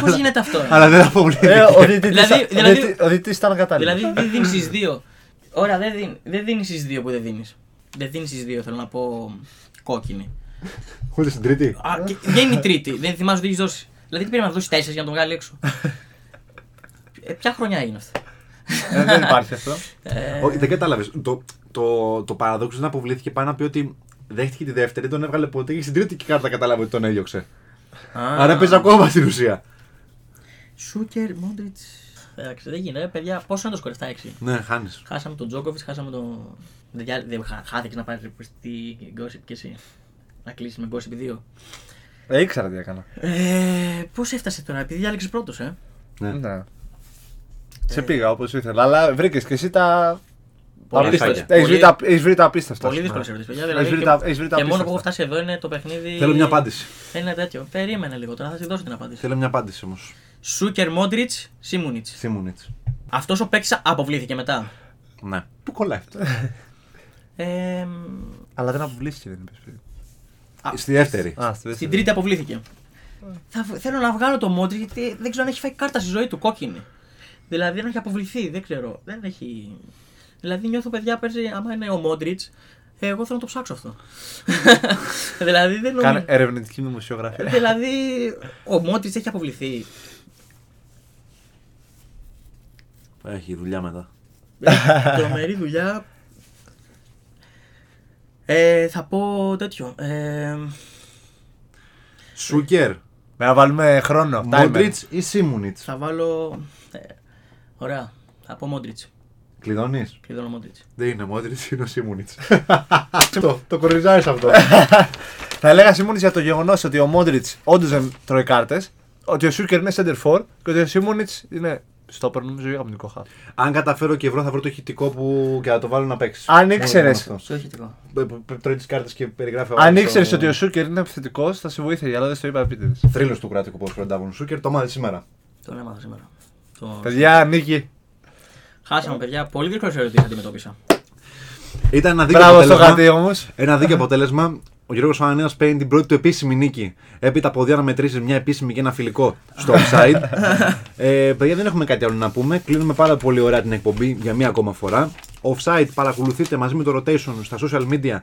Πώς γίνεται αυτό, ε? Αλλά δεν απολύθηκε. Ε, ο διαιτητής- Δηλαδή- ο δηλαδή- διαιτητής- Ο διαιτητής ήταν κατάλληλος. Δηλαδή δεν δίνεις ει δύο. Ωραία, δεν δίνει δεν δίνεις εις δύο που δεν δίνεις. Δεν δίνεις εις δύο, θέλω να πω κόκκινη. Ούτε στην τρίτη. Α, και βγαίνει η τρίτη. Δεν θυμάσαι ότι έχεις δώσει. Δηλαδή τι πρέπει να δώσεις τέσσερις για να τον βγάλει έξω. ε, ποια χρονιά έγινε αυτό. Ε, Δεν υπάρχει αυτό. Ε. Όχι, δεν κατάλαβες. Το, το, το παραδόξο είναι να αποβλήθηκε πάνω να πει ότι δέχτηκε τη δεύτερη, τον έβγαλε ποτέ και στην τρίτη και κάρτα κατάλαβε ότι τον έδιωξε. Άρα παίζει ακόμα στην ουσία. Σούκερ, Μόντριτ. Εντάξει, δεν γίνεται, ρε, παιδιά. Πόσο είναι το σκορ 7-6. Ναι, χάνεις. Χάσαμε τον Τζόκοβιτ, χάσαμε τον. Δεν, διά- δεν χα- χάθηκες να πάρει τη γκόσυπ και εσύ. Να κλείσεις με γκόσυπ 2. Δεν ήξερα τι έκανα. Ε, Πώς έφτασε τώρα, επειδή διάλεξε πρώτος, ε. Ναι. Σε πήγα όπως ήθελα, αλλά βρήκες και εσύ τα. Πολύ τα απίστευτα. φάκια. Έχεις βρει Πολύ- τα- Έχεις βρει τα απίστευτα. Πολύ Ναι. δύσκολε ερωτήσει, παιδιά. Έχεις Δηλαδή, βρει και, τα- έχεις βρει τα και μόνο που έχω απίστευτα. φτάσει εδώ είναι το παιχνίδι. Θέλω μια απάντηση. Θέλει ένα τέτοιο. Περίμενε λίγο τώρα, θα σου δώσω την απάντηση. Θέλω μια απάντηση όμως. Σούκερ Μόντριτ, Σίμουνιτ. Θύμουν έτσι. Αυτός ο παίκτης αποβλήθηκε μετά. Ναι. Πού κολλάει αυτό. Ε, Αλλά δεν αποβλήθηκε, δεν είπες πριν. Στη δεύτερη. Α, στη στην δεύτερη. τρίτη αποβλήθηκε. Θα, β- θέλω να βγάλω το Μόντριτ γιατί δεν ξέρω αν έχει φάει κάρτα στη ζωή του κόκκινη. Δηλαδή δεν έχει αποβληθεί, δεν ξέρω. Δεν έχει. Δηλαδή νιώθω παιδιά πέρσι, άμα είναι ο Μόντριτ, εγώ θέλω να το ψάξω αυτό. δηλαδή δεν νομίζω. Κάνε Ε. ερευνητική δημοσιογραφία. δηλαδή, ο Μόντριτ έχει αποβληθεί. Έχει δουλειά μετά. Τρομερή δουλειά. Ε, θα πω τέτοιο. Ε, Σούκερ, Να βάλουμε χρόνο. timer. Μόντριτ ή Σίμουνιτ. θα βάλω. ε, ωραία. Θα πω Μόντριτ. Κλειδώνεις. Κλειδώνω Μόντριτ. Δεν είναι Μόντριτ, είναι ο Σίμουνιτ. το το κοριζάρεις αυτό. Θα έλεγα Σίμονιτ για το γεγονός ότι ο Μόντριτ όντως δεν τρώει κάρτες, ότι ο Σούκερ είναι center for και ότι ο Σίμονιτ είναι. Στο νομίζω ή αμυντικό χάφ. Αν καταφέρω και βρω, θα βρω το ηχητικό που και θα το βάλω να παίξει. Αν ήξερες. Μόνο Στο ηχητικό. αυτό. Που- που Τρώει τις κάρτες και περιγράφει. Αν ήξερε ότι ο Σούκερ είναι επιθετικός, θα σε βοήθησε, αλλά δεν στο είπα επίτηδες. Θρύλος του κράτικου πώ φροντάβουν Σούκερ, το μάθεις σήμερα. Τον έμαθα σήμερα. Το... Παιδιά, νίκη. Χάσαμε, παιδιά. Πολύ δύσκολε ερωτήσει αντιμετώπισα. Ήταν ένα δίκαιο Μπράβο στο αποτέλεσμα. γατί όμως. Ένα δίκαιο αποτέλεσμα. Ο Γιώργος Ανανέα παίρνει την πρώτη του επίσημη νίκη. Έπειτα από δύο αναμετρήσει, μια επίσημη και ένα φιλικό στο offside. ε, παιδιά, δεν έχουμε κάτι άλλο να πούμε. Κλείνουμε πάρα πολύ ωραία την εκπομπή για μία ακόμα φορά. Offside παρακολουθείτε μαζί με το rotation στα social media,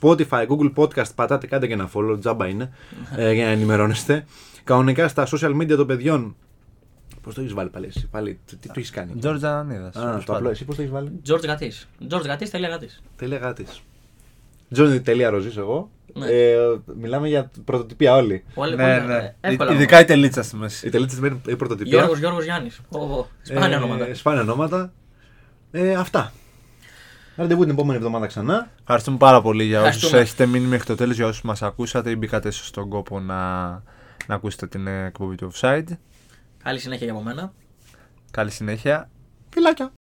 Spotify, Google Podcast. Πατάτε, κάντε και ένα follow, τζάμπα είναι, ε, για να ενημερώνεστε. Κανονικά στα social media των παιδιών. Πώς το έχεις βάλει πάλι, εσύ, πάλι, τι, τι το έχεις κάνει. Τζόρτζα Ανανίδα. Α, το απλό, εσύ πώς το έχεις βάλει. George Γατή. George Γατής, τέλεια Γατής. Τέλεια γάτη. Τζόνι, τελεία ροζής εγώ. Ναι. Ε, μιλάμε για πρωτοτυπία όλοι. Πολύ Ναι, πολύ- ε, ναι. Εύκολα. Ειδικά η τελίτσα στη μέση. Η τελίτσα σημαίνει η πρωτοτυπία. Γιώργος Γιώργος Γιάννης. Σπάνια ονόματα. Ε, σπάνια ονόματα. Ε, αυτά. Ραντεβού την επόμενη εβδομάδα ξανά. Ευχαριστούμε πάρα πολύ για όσους Ευχαριστούμε. έχετε μείνει μέχρι το τέλος, για όσους μας ακούσατε ή μπήκατε ίσω στον κόπο να, να ακούσετε την ε, εκπομπή του Offside. Καλή συνέχεια για από μένα. Καλή συνέχεια. Φιλάκια.